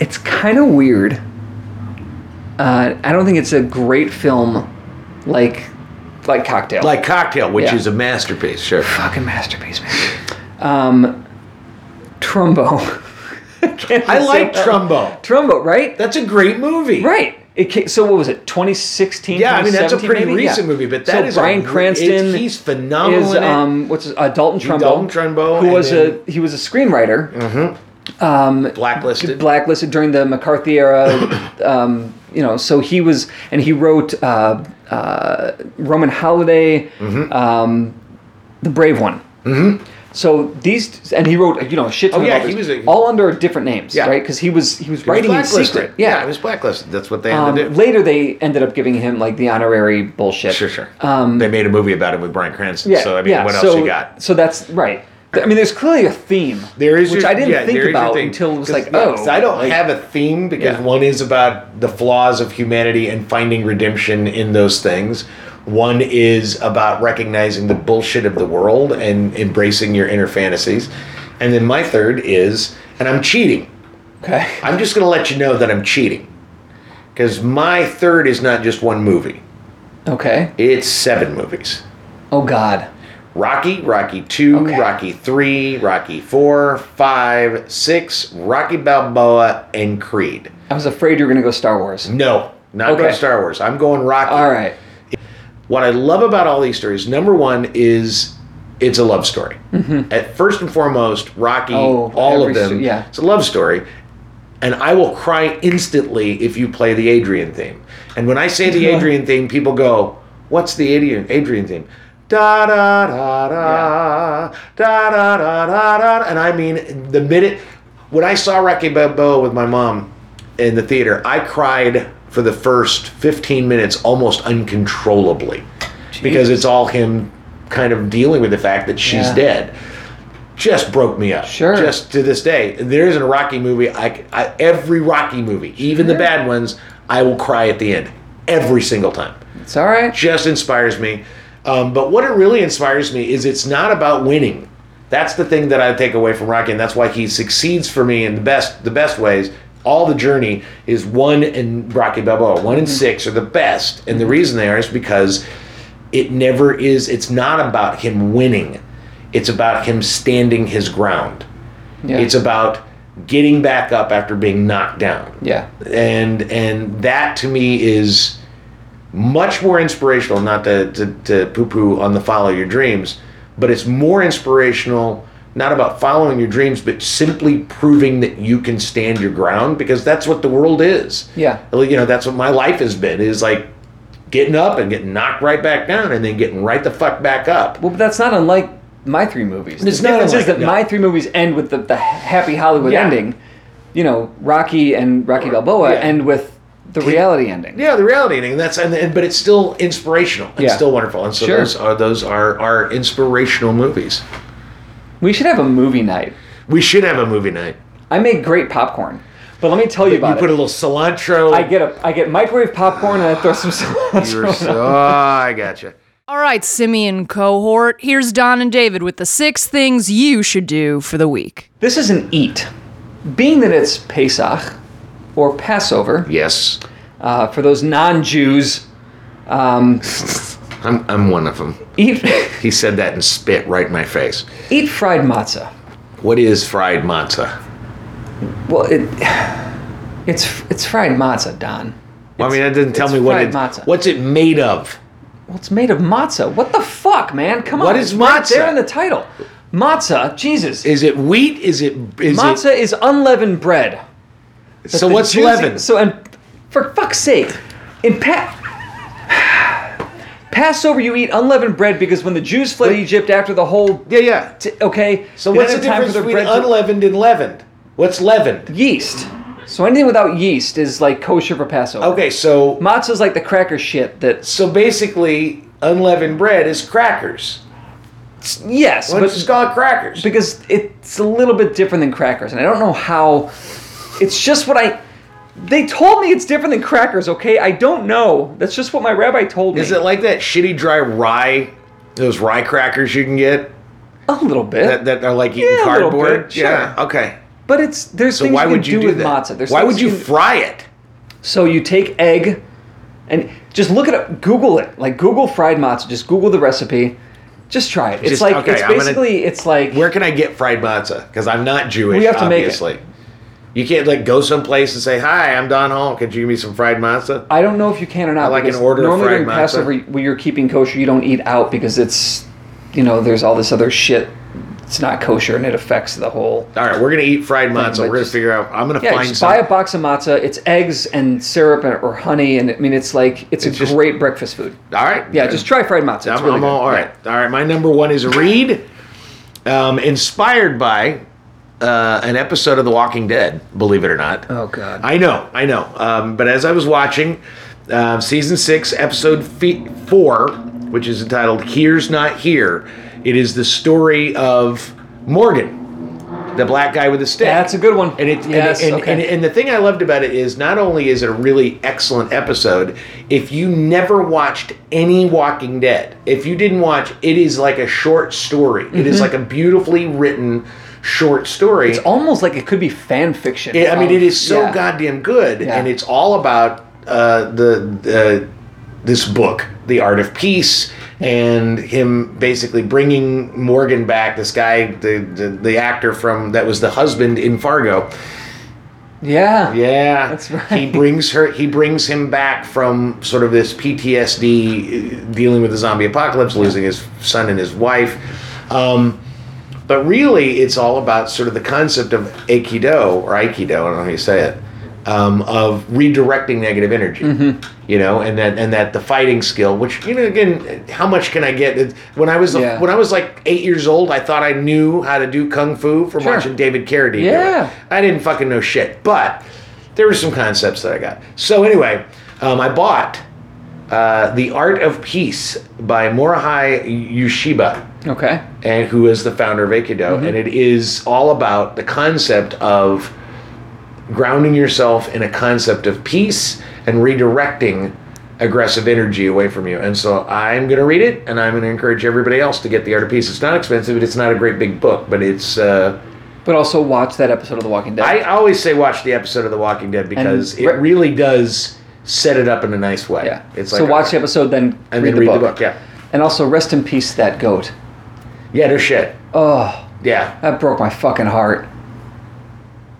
Speaker 2: it's kind of weird. Uh, I don't think it's a great film, like like Cocktail,
Speaker 1: like Cocktail, which
Speaker 2: Yeah.
Speaker 1: is a masterpiece, sure.
Speaker 2: fucking masterpiece, man. Um, <laughs> Trumbo.
Speaker 1: I like Trumbo.
Speaker 2: Trumbo, right?
Speaker 1: That's a great movie.
Speaker 2: uh, Right. It ca so what was it? 2016.
Speaker 1: Yeah, I mean that's a
Speaker 2: 2017
Speaker 1: pretty
Speaker 2: maybe? Yeah.
Speaker 1: recent movie, but
Speaker 2: So
Speaker 1: that is
Speaker 2: Bryan
Speaker 1: a,
Speaker 2: Cranston.
Speaker 1: it's- he's phenomenal.
Speaker 2: is
Speaker 1: in it.
Speaker 2: um what's his, uh, Dalton Trumbo,
Speaker 1: Dalton Trumbo,
Speaker 2: who
Speaker 1: and
Speaker 2: was
Speaker 1: then-
Speaker 2: a he was a screenwriter
Speaker 1: blacklisted.
Speaker 2: blacklisted during the
Speaker 1: <coughs>
Speaker 2: McCarthy era. um, you know, so he was, and he wrote uh, uh, Roman Holiday,
Speaker 1: Mm-hmm.
Speaker 2: um, the Brave One. Mm-hmm. So these, and he wrote, you know, a shit ton
Speaker 1: Oh,
Speaker 2: of
Speaker 1: yeah,
Speaker 2: others,
Speaker 1: he was a-
Speaker 2: all under different names,
Speaker 1: Yeah.
Speaker 2: right? Because he was he was
Speaker 1: He was
Speaker 2: writing in
Speaker 1: blacklisted.
Speaker 2: secret.
Speaker 1: Yeah, it was blacklisted. That's what they ended up
Speaker 2: Um,
Speaker 1: doing.
Speaker 2: later, they ended up giving him like the honorary bullshit.
Speaker 1: Sure, sure. they made a movie about him with Brian Cranston. so I mean, what else
Speaker 2: um, so,
Speaker 1: you got?
Speaker 2: So that's right. I mean, there's clearly a theme.
Speaker 1: There is
Speaker 2: which
Speaker 1: your-
Speaker 2: I didn't
Speaker 1: yeah, there
Speaker 2: think
Speaker 1: is your
Speaker 2: about
Speaker 1: thing.
Speaker 2: until it was
Speaker 1: 'Cause,
Speaker 2: like,
Speaker 1: yeah,
Speaker 2: oh,
Speaker 1: 'cause I don't
Speaker 2: like,
Speaker 1: have a theme because
Speaker 2: Yeah.
Speaker 1: one is about the flaws of humanity and finding redemption in those things. One is about recognizing the bullshit of the world and embracing your inner fantasies. And then my third is, and I'm cheating.
Speaker 2: Okay.
Speaker 1: I'm just going to let you know that I'm cheating. Because my third is not just one movie,
Speaker 2: Okay.
Speaker 1: it's seven movies.
Speaker 2: Oh God.
Speaker 1: Rocky, Rocky 2,
Speaker 2: Okay.
Speaker 1: Rocky 3, Rocky 4, 5, 6, Rocky Balboa, and Creed.
Speaker 2: I was afraid you were gonna go Star Wars.
Speaker 1: No, not
Speaker 2: Okay.
Speaker 1: going Star Wars. I'm going Rocky.
Speaker 2: All right.
Speaker 1: What I love about all these stories, number one, is it's a love story. At first and foremost, Rocky,
Speaker 2: Mm-hmm. Oh,
Speaker 1: all
Speaker 2: every
Speaker 1: of them,
Speaker 2: sto- yeah.
Speaker 1: it's a love story. And I will cry instantly if you play the Adrian theme. And when I say the Adrian theme, people go, "What's the Adrian Adrian theme?" Da da da da da da da da da. And I mean, the minute when I saw Rocky Balboa with my mom in the theater, I cried for the first 15 minutes almost uncontrollably because it's all him kind of dealing with the fact that she's
Speaker 2: Yeah.
Speaker 1: dead just broke me up.
Speaker 2: Sure.
Speaker 1: Just to this day, there isn't a Rocky movie. I, c- I- every Rocky movie, even the bad ones, I will cry at the end every single time.
Speaker 2: It's all right.
Speaker 1: Just inspires me. Um, but what it really inspires me is it's not about winning. That's the thing that I take away from Rocky, and that's why he succeeds for me in the best the best ways. All the journey is one and Rocky Balboa. One and six are the best, and the reason they are is because it never is. It's not about him winning. It's about him standing his ground.
Speaker 2: Yeah.
Speaker 1: It's about getting back up after being knocked down.
Speaker 2: yeah.
Speaker 1: And and that to me is much more inspirational, not to, to, to poo-poo on the follow your dreams, but it's more inspirational not about following your dreams, but simply proving that you can stand your ground because that's what the world is.
Speaker 2: Yeah.
Speaker 1: Well, You know, that's what my life has been is like getting up and getting knocked right back down and then getting right the fuck back up.
Speaker 2: Well, but that's not unlike my three movies.
Speaker 1: It's
Speaker 2: the
Speaker 1: not
Speaker 2: difference is
Speaker 1: unlike-
Speaker 2: that
Speaker 1: no.
Speaker 2: my three movies end with the, the happy Hollywood
Speaker 1: Yeah.
Speaker 2: ending. You know, Rocky and Rocky Balboa
Speaker 1: yeah.
Speaker 2: end with the reality ending.
Speaker 1: Yeah, the reality ending. That's and, and but it's still inspirational. It's
Speaker 2: Yeah.
Speaker 1: still wonderful. And so
Speaker 2: Sure.
Speaker 1: those are those are our inspirational movies.
Speaker 2: We should have a movie night.
Speaker 1: We should have a movie night.
Speaker 2: I make great popcorn, but let me tell you
Speaker 1: You
Speaker 2: about
Speaker 1: put a
Speaker 2: it.
Speaker 1: little cilantro.
Speaker 2: I get a I get microwave popcorn and I
Speaker 1: <laughs>
Speaker 2: throw some
Speaker 1: You're
Speaker 2: <laughs> cilantro.
Speaker 1: so, oh, I gotcha.
Speaker 3: All right, Simeon cohort, here's Don and David with the six things you should do for the week.
Speaker 2: This is an eat, being that it's Pesach or Passover
Speaker 1: Yes,
Speaker 2: uh, for those non-Jews. Um,
Speaker 1: I'm I'm one of them.
Speaker 2: eat <laughs>
Speaker 1: He said that and spit right in my face.
Speaker 2: eat fried matzah.
Speaker 1: What is fried matzah?
Speaker 2: Well, it it's it's fried matzah, Don.
Speaker 1: Well, I mean, that didn't tell
Speaker 2: it's
Speaker 1: me what
Speaker 2: fried
Speaker 1: it.
Speaker 2: matzah.
Speaker 1: What's it made of?
Speaker 2: Well, it's made of matzah. What the fuck, man? Come on.
Speaker 1: What is
Speaker 2: it's right
Speaker 1: matzah?
Speaker 2: there in the title. Matzah, Jesus.
Speaker 1: Is it wheat? Is it is
Speaker 2: matzah is unleavened bread.
Speaker 1: It, so
Speaker 2: The
Speaker 1: what's
Speaker 2: Jews-
Speaker 1: leaven?
Speaker 2: So and for fuck's sake, in pa- Passover you eat unleavened bread because when the Jews fled Egypt after the whole
Speaker 1: yeah, yeah.
Speaker 2: t- okay,
Speaker 1: So
Speaker 2: they
Speaker 1: what's the
Speaker 2: didn't have
Speaker 1: difference
Speaker 2: their
Speaker 1: between
Speaker 2: bread to-
Speaker 1: unleavened and leavened? What's leavened?
Speaker 2: yeast? So anything without yeast is like kosher for Passover.
Speaker 1: Okay, so
Speaker 2: Matzah's like the cracker shit that
Speaker 1: so basically, unleavened bread is crackers.
Speaker 2: yes,
Speaker 1: Let's
Speaker 2: but
Speaker 1: just call it crackers.
Speaker 2: because it's a little bit different than crackers, and I don't know how. It's just what I. They told me it's different than crackers. Okay, I don't know. That's just what my rabbi told me.
Speaker 1: Is it like that shitty dry rye? Those rye crackers you can get
Speaker 2: a little bit?
Speaker 1: that, that are like eating
Speaker 2: Yeah, a little
Speaker 1: cardboard.
Speaker 2: bit, sure.
Speaker 1: Yeah. Okay.
Speaker 2: but it's there's
Speaker 1: So
Speaker 2: things
Speaker 1: why
Speaker 2: you can
Speaker 1: would you do,
Speaker 2: with
Speaker 1: that?
Speaker 2: matzah. There's
Speaker 1: why
Speaker 2: things
Speaker 1: would you
Speaker 2: can-
Speaker 1: fry it?
Speaker 2: so you take egg, and just look it up. Google it. Like Google fried matzah. Just Google the recipe. Just try it. It's
Speaker 1: Just-
Speaker 2: like
Speaker 1: okay,
Speaker 2: it's
Speaker 1: I'm gonna-
Speaker 2: basically it's like
Speaker 1: Where can I get fried matzah? Because I'm not Jewish.
Speaker 2: We have to make it.
Speaker 1: obviously. You can't like go someplace and say, "Hi, I'm Don Hall. Could you give me some fried matzah?"
Speaker 2: I don't know if you can or not.
Speaker 1: like an
Speaker 2: because
Speaker 1: order of
Speaker 2: normally
Speaker 1: fried
Speaker 2: during
Speaker 1: matzah.
Speaker 2: Passover, when you're keeping kosher, you don't eat out because it's, you know, there's all this other shit. It's not kosher and it affects the whole.
Speaker 1: All right, we're gonna eat fried matzah.
Speaker 2: but
Speaker 1: We're gonna
Speaker 2: just-
Speaker 1: figure out. I'm gonna
Speaker 2: Yeah,
Speaker 1: find
Speaker 2: just
Speaker 1: some.
Speaker 2: buy a box of matzah. It's eggs and syrup and, or honey, and I mean, it's like it's,
Speaker 1: It's
Speaker 2: a
Speaker 1: just-
Speaker 2: great breakfast food.
Speaker 1: all right.
Speaker 2: Yeah, just try fried matzah. It's
Speaker 1: I'm,
Speaker 2: really
Speaker 1: I'm
Speaker 2: good.
Speaker 1: all, all
Speaker 2: Yeah.
Speaker 1: right. All right. My number one is read, um, inspired by uh, an episode of The Walking Dead. Believe it or not.
Speaker 2: Oh god.
Speaker 1: I know, I know. Um, but as I was watching um, season six, episode fe- four, which is entitled "Here's Not Here," it is the story of Morgan, the black guy with the stick.
Speaker 2: That's a good one.
Speaker 1: And it
Speaker 2: yes,
Speaker 1: and, and,
Speaker 2: okay.
Speaker 1: and, and the thing I loved about it is not only is it a really excellent episode, if you never watched any Walking Dead, if you didn't watch, it is like a short story. It is like a beautifully written short story.
Speaker 2: Mm-hmm. it's almost like it could be fan fiction.
Speaker 1: It- I mean,
Speaker 2: of-
Speaker 1: it is so
Speaker 2: yeah.
Speaker 1: goddamn good,
Speaker 2: Yeah.
Speaker 1: and it's all about uh, the, the this book, The Art of Peace, and him basically bringing Morgan back. This guy, the the, the actor from that was the husband in Fargo.
Speaker 2: Yeah.
Speaker 1: Yeah,
Speaker 2: That's right.
Speaker 1: He brings her. He brings him back from sort of this PTSD, uh, dealing with the zombie apocalypse, losing his son and his wife. Um, but really, it's all about sort of the concept of aikido or aikido. I don't know how you say it. Um, of redirecting negative energy,
Speaker 2: Mm-hmm.
Speaker 1: you know, and that and that the fighting skill, which you know, again, how much can I get? It- When I was a-
Speaker 2: Yeah.
Speaker 1: when I was like eight years old, I thought I knew how to do kung fu from
Speaker 2: Sure.
Speaker 1: watching David Carradine. do it.
Speaker 2: Yeah.
Speaker 1: I didn't fucking know shit, but there were some concepts that I got. So anyway, um, I bought uh, The Art of Peace by Morihei Yoshiba,
Speaker 2: Okay.
Speaker 1: and who is the founder of Aikido, and it is all about the concept of grounding yourself in a concept of peace and redirecting aggressive energy away from you. And so I'm going to read it, and I'm going to encourage everybody else to get The Art of Peace. It's not expensive, it's not a great big book, but it's. Uh,
Speaker 2: But also watch that episode of The Walking Dead.
Speaker 1: I always say watch the episode of The Walking Dead because
Speaker 2: And
Speaker 1: it
Speaker 2: re-
Speaker 1: really does set it up in a nice way.
Speaker 2: yeah.
Speaker 1: It's like uh,
Speaker 2: so watch the episode, then
Speaker 1: and
Speaker 2: read,
Speaker 1: then
Speaker 2: the,
Speaker 1: read
Speaker 2: book.
Speaker 1: the book. Yeah,
Speaker 2: And also rest in peace that goat.
Speaker 1: yeah, no shit.
Speaker 2: Oh,
Speaker 1: Yeah,
Speaker 2: that broke my fucking heart.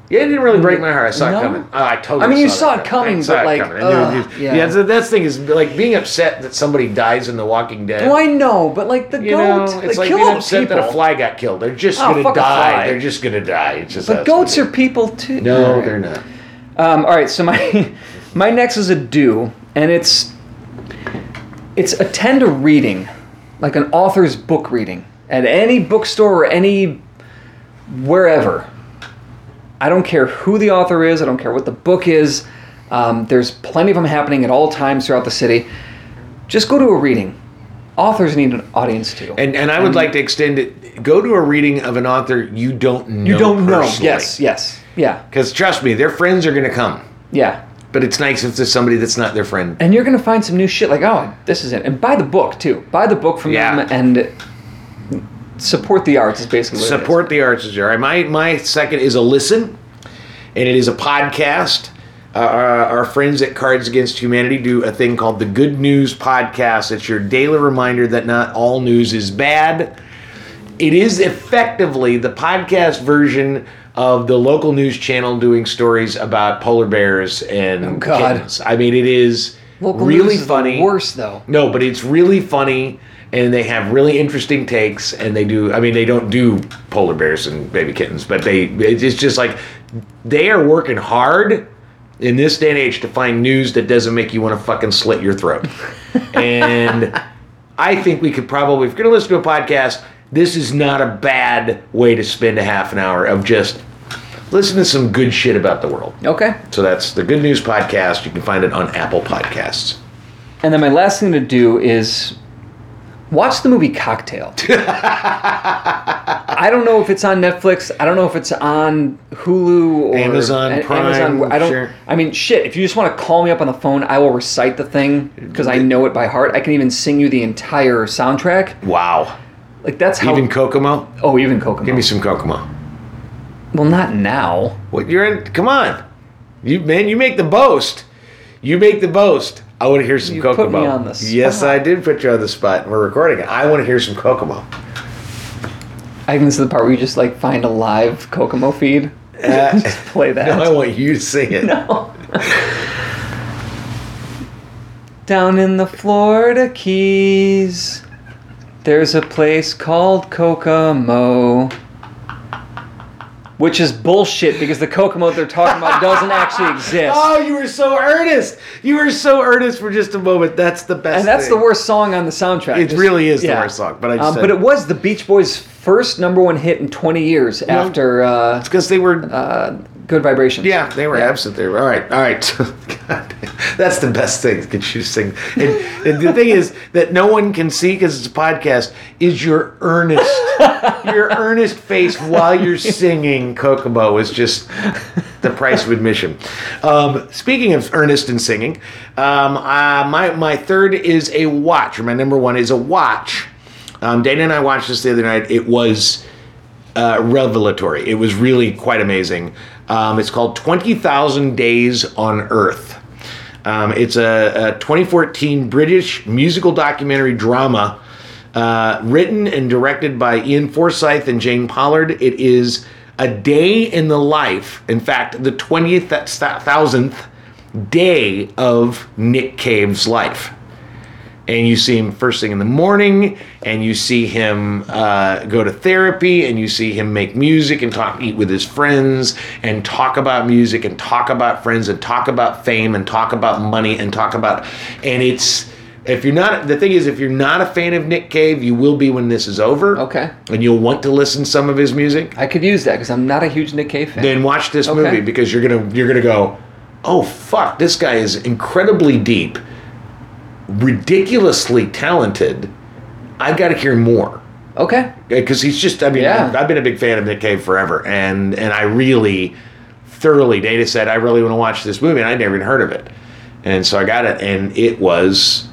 Speaker 1: yeah, it didn't really break my heart. I saw
Speaker 2: No?
Speaker 1: it coming. Oh, I totally.
Speaker 2: I mean, you saw
Speaker 1: saw,
Speaker 2: it
Speaker 1: that
Speaker 2: coming,
Speaker 1: I saw
Speaker 2: but,
Speaker 1: it
Speaker 2: like,
Speaker 1: coming. I knew-
Speaker 2: ugh,
Speaker 1: yeah.
Speaker 2: yeah.
Speaker 1: so that's the thing is like being upset that somebody dies in The Walking Dead.
Speaker 2: Well, I know, but like the
Speaker 1: you know,
Speaker 2: goat,
Speaker 1: it's
Speaker 2: like,
Speaker 1: like
Speaker 2: kill
Speaker 1: being
Speaker 2: all
Speaker 1: upset
Speaker 2: people.
Speaker 1: that a fly got killed. They're just
Speaker 2: Oh,
Speaker 1: gonna
Speaker 2: fuck a
Speaker 1: die.
Speaker 2: fly.
Speaker 1: They're just gonna die. It's just
Speaker 2: but
Speaker 1: that's what
Speaker 2: goats
Speaker 1: it
Speaker 2: are people too.
Speaker 1: is. No,
Speaker 2: All right.
Speaker 1: they're not.
Speaker 2: Um, all right, so my <laughs> my next is a do, and it's it's attend a reading, like an author's book reading at any bookstore or any wherever. I don't care who the author is. I don't care what the book is. Um, there's plenty of them happening at all times throughout the city. Just go to a reading. Authors need an audience too.
Speaker 1: And and I would like to extend it. Go to a reading of an author you don't know.
Speaker 2: you don't know.
Speaker 1: personally.
Speaker 2: Yes, yes, yeah,
Speaker 1: Because trust me, their friends are going to come.
Speaker 2: yeah.
Speaker 1: But it's nice if there's somebody that's not their friend.
Speaker 2: and you're gonna find some new shit like oh this is it and buy the book too buy the book from
Speaker 1: Yeah.
Speaker 2: them and support the arts is basically what it is.
Speaker 1: Support the arts is your all right. My my second is a listen, and it is a podcast. Uh, our, our friends at Cards Against Humanity do a thing called the Good News Podcast. It's your daily reminder that not all news is bad. It is effectively the podcast version of the local news channel doing stories about polar bears and
Speaker 2: Oh, God.
Speaker 1: kittens. I mean, it is
Speaker 2: Local news
Speaker 1: really
Speaker 2: is the
Speaker 1: funny.
Speaker 2: worst though
Speaker 1: No, but it's really funny, and they have really interesting takes, and they do. I mean, they don't do polar bears and baby kittens, but they. It's just like they are working hard in this day and age to find news that doesn't make you want to fucking slit your throat. and I think we could probably, if you're going to listen to a podcast, this is not a bad way to spend a half an hour of just listen to some good shit about the world.
Speaker 2: okay
Speaker 1: So that's the Good News Podcast. You can find it on Apple Podcasts.
Speaker 2: and then my last thing to do is watch the movie cocktail
Speaker 1: <laughs>
Speaker 2: i don't know if it's on netflix i don't know if it's on hulu or
Speaker 1: Amazon
Speaker 2: A-
Speaker 1: Prime,
Speaker 2: i don't
Speaker 1: sure.
Speaker 2: i mean shit if you just want to call me up on the phone i will recite the thing because i know it by heart i can even sing you the entire soundtrack
Speaker 1: Wow.
Speaker 2: like that's how
Speaker 1: Even Kokomo?
Speaker 2: Oh, even Kokomo.
Speaker 1: Give me some Kokomo.
Speaker 2: well, not now.
Speaker 1: What you're in? Come on, you man, you make the boast. You make the boast. I want to hear some
Speaker 2: You put
Speaker 1: Kokomo.
Speaker 2: me on the
Speaker 1: Yes,
Speaker 2: spot.
Speaker 1: I did put you on the spot. We're recording it. I want to hear some Kokomo.
Speaker 2: I think this is the part where you just like find a live Kokomo
Speaker 1: <laughs>
Speaker 2: feed.
Speaker 1: Uh,
Speaker 2: <laughs> <laughs> just
Speaker 1: <laughs>
Speaker 2: play
Speaker 1: no, I
Speaker 2: that.
Speaker 1: want you to sing it.
Speaker 2: <laughs> Down in the Florida Keys, there's a place called Kokomo. Which is bullshit because the Kokomo they're talking about
Speaker 1: <laughs>
Speaker 2: doesn't actually exist.
Speaker 1: Oh, you were so earnest. You were so earnest for just a moment. That's the best.
Speaker 2: And that's
Speaker 1: thing.
Speaker 2: the worst song on the soundtrack.
Speaker 1: It
Speaker 2: Just-
Speaker 1: really is the worst song, but I just
Speaker 2: um,
Speaker 1: said-
Speaker 2: but it was the Beach Boys' first number one hit in 20 years after uh,
Speaker 1: because they were
Speaker 2: uh, good vibrations.
Speaker 1: Yeah, they were absent. They were all right. All right. <laughs> God, that's the best thing. Can you sing? And, and the thing is that no one can see because it's a podcast. Is your <laughs> earnest, your earnest face while you're singing Kokomo is just the price of admission. Um, speaking of earnest and singing, um, uh, my my third is a watch. Or my number one is a watch. Um, Dana and I watched this the other night. It was uh, revelatory. It was really quite amazing. Um, it's called 20,000 Days on Earth. Um, it's a, a 2014 British musical documentary drama uh, written and directed by Ian Forsyth and Jane Pollard. It is a day in the life, in fact, the 20th, thousandth day of Nick Cave's life and you see him first thing in the morning, and you see him uh, go to therapy, and you see him make music and talk, eat with his friends, and talk about music, and talk about friends, and talk about fame, and talk about money, and talk about, and it's. If you're not, the thing is, if you're not a fan of Nick Cave, you will be when this is over.
Speaker 2: Okay.
Speaker 1: And you'll want to listen to some of his music.
Speaker 2: I could use that because I'm not a huge Nick Cave fan.
Speaker 1: Then watch this
Speaker 2: Okay.
Speaker 1: movie because you're gonna you're gonna go, oh fuck, this guy is incredibly deep, ridiculously talented. I've got to hear more
Speaker 2: okay.
Speaker 1: because he's just. I mean,
Speaker 2: Yeah.
Speaker 1: I've, I've been a big fan of Nick Cave forever, and and I really, thoroughly, Data said I really want to watch this movie, and I'd never even heard of it, and so I got it, and it was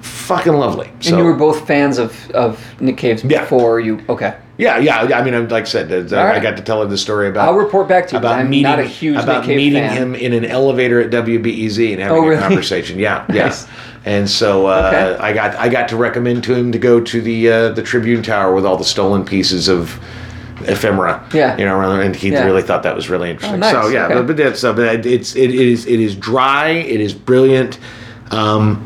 Speaker 1: fucking lovely. So,
Speaker 2: and you were both fans of, of Nick Cave's
Speaker 1: Yeah.
Speaker 2: before you. Okay.
Speaker 1: Yeah, yeah. I mean, I'm- like I said, I, I
Speaker 2: All right.
Speaker 1: got to tell her the story about.
Speaker 2: I'll report back to you.
Speaker 1: about
Speaker 2: About I'm
Speaker 1: meeting
Speaker 2: not a huge
Speaker 1: about
Speaker 2: Nick Cave
Speaker 1: meeting
Speaker 2: fan.
Speaker 1: him in an elevator at WBEZ and having
Speaker 2: Oh, really?
Speaker 1: a conversation.
Speaker 2: <laughs>
Speaker 1: Yeah,
Speaker 2: Nice.
Speaker 1: yes. And so uh,
Speaker 2: Okay.
Speaker 1: I got I got to recommend to him to go to the uh, the Tribune Tower with all the stolen pieces of ephemera.
Speaker 2: Yeah.
Speaker 1: you know, around- and he
Speaker 2: Yeah. Oh,
Speaker 1: really thought that was really interesting.
Speaker 2: nice.
Speaker 1: So yeah,
Speaker 2: Okay.
Speaker 1: but, but that's uh, but it's it is it is dry. It is brilliant. Um,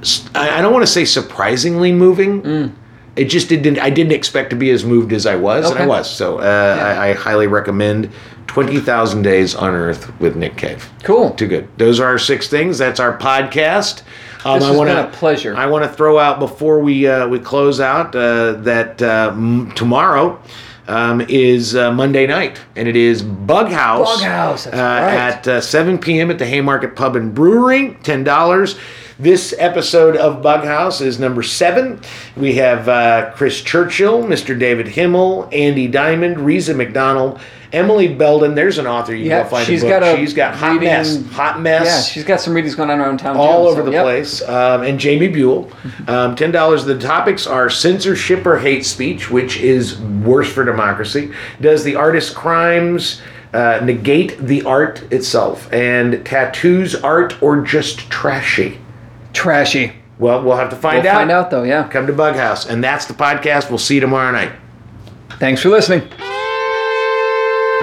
Speaker 1: s- I I don't want to say surprisingly moving.
Speaker 2: Mm.
Speaker 1: It just didn't. I didn't expect to be as moved as I was, and I
Speaker 2: Okay.
Speaker 1: was. So uh, I, I highly recommend Twenty Thousand Days on Earth with Nick Cave.
Speaker 2: Cool.
Speaker 1: Too good. Those are our six things. That's our podcast. Um,
Speaker 2: This
Speaker 1: I
Speaker 2: has
Speaker 1: wanna,
Speaker 2: been a pleasure.
Speaker 1: I want to throw out before we uh, we close out uh, that uh, m- tomorrow um, is uh, Monday night, and it is Bug House.
Speaker 2: Bug House, that's
Speaker 1: uh,
Speaker 2: right.
Speaker 1: At uh, 7 p.m. at the Haymarket Pub and Brewery, ten dollars. This episode of Bug House is number seven. We have uh, Chris Churchill, Mr. David Himmel, Andy Diamond, Reza McDonald, Emily Belden. There's an author you
Speaker 2: Yeah,
Speaker 1: can go find
Speaker 2: she's
Speaker 1: a book.
Speaker 2: got a
Speaker 1: she's got hot
Speaker 2: reading-
Speaker 1: mess, hot mess
Speaker 2: Yeah, she's got some readings going on around town.
Speaker 1: all
Speaker 2: too,
Speaker 1: over
Speaker 2: so-
Speaker 1: the
Speaker 2: yep.
Speaker 1: place. Um, and Jamie Buell, um, ten dollars. The topics are censorship or hate speech, which is worse for democracy. Does the artist crimes uh, negate the art itself? And tattoos art or just trashy?
Speaker 2: Trashy.
Speaker 1: Well, we'll have to find
Speaker 2: We'll
Speaker 1: out.
Speaker 2: find out though. Yeah.
Speaker 1: Come to Bug House, and that's the podcast. We'll see you tomorrow night.
Speaker 2: Thanks for listening.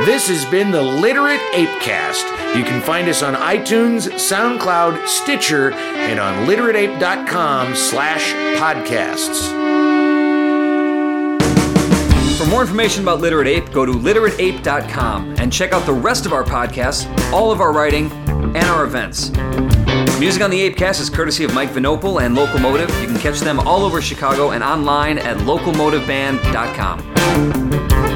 Speaker 1: This has been the Literate Apecast. You can find us on iTunes, SoundCloud, Stitcher, and on literateape.com slash podcasts.
Speaker 2: For more information about Literate Ape, go to literateape.com and check out the rest of our podcasts, all of our writing, and our events. Music on the Apecast is courtesy of Mike Vinopal and Locomotive. You can catch them all over Chicago and online at locomotiveband.com.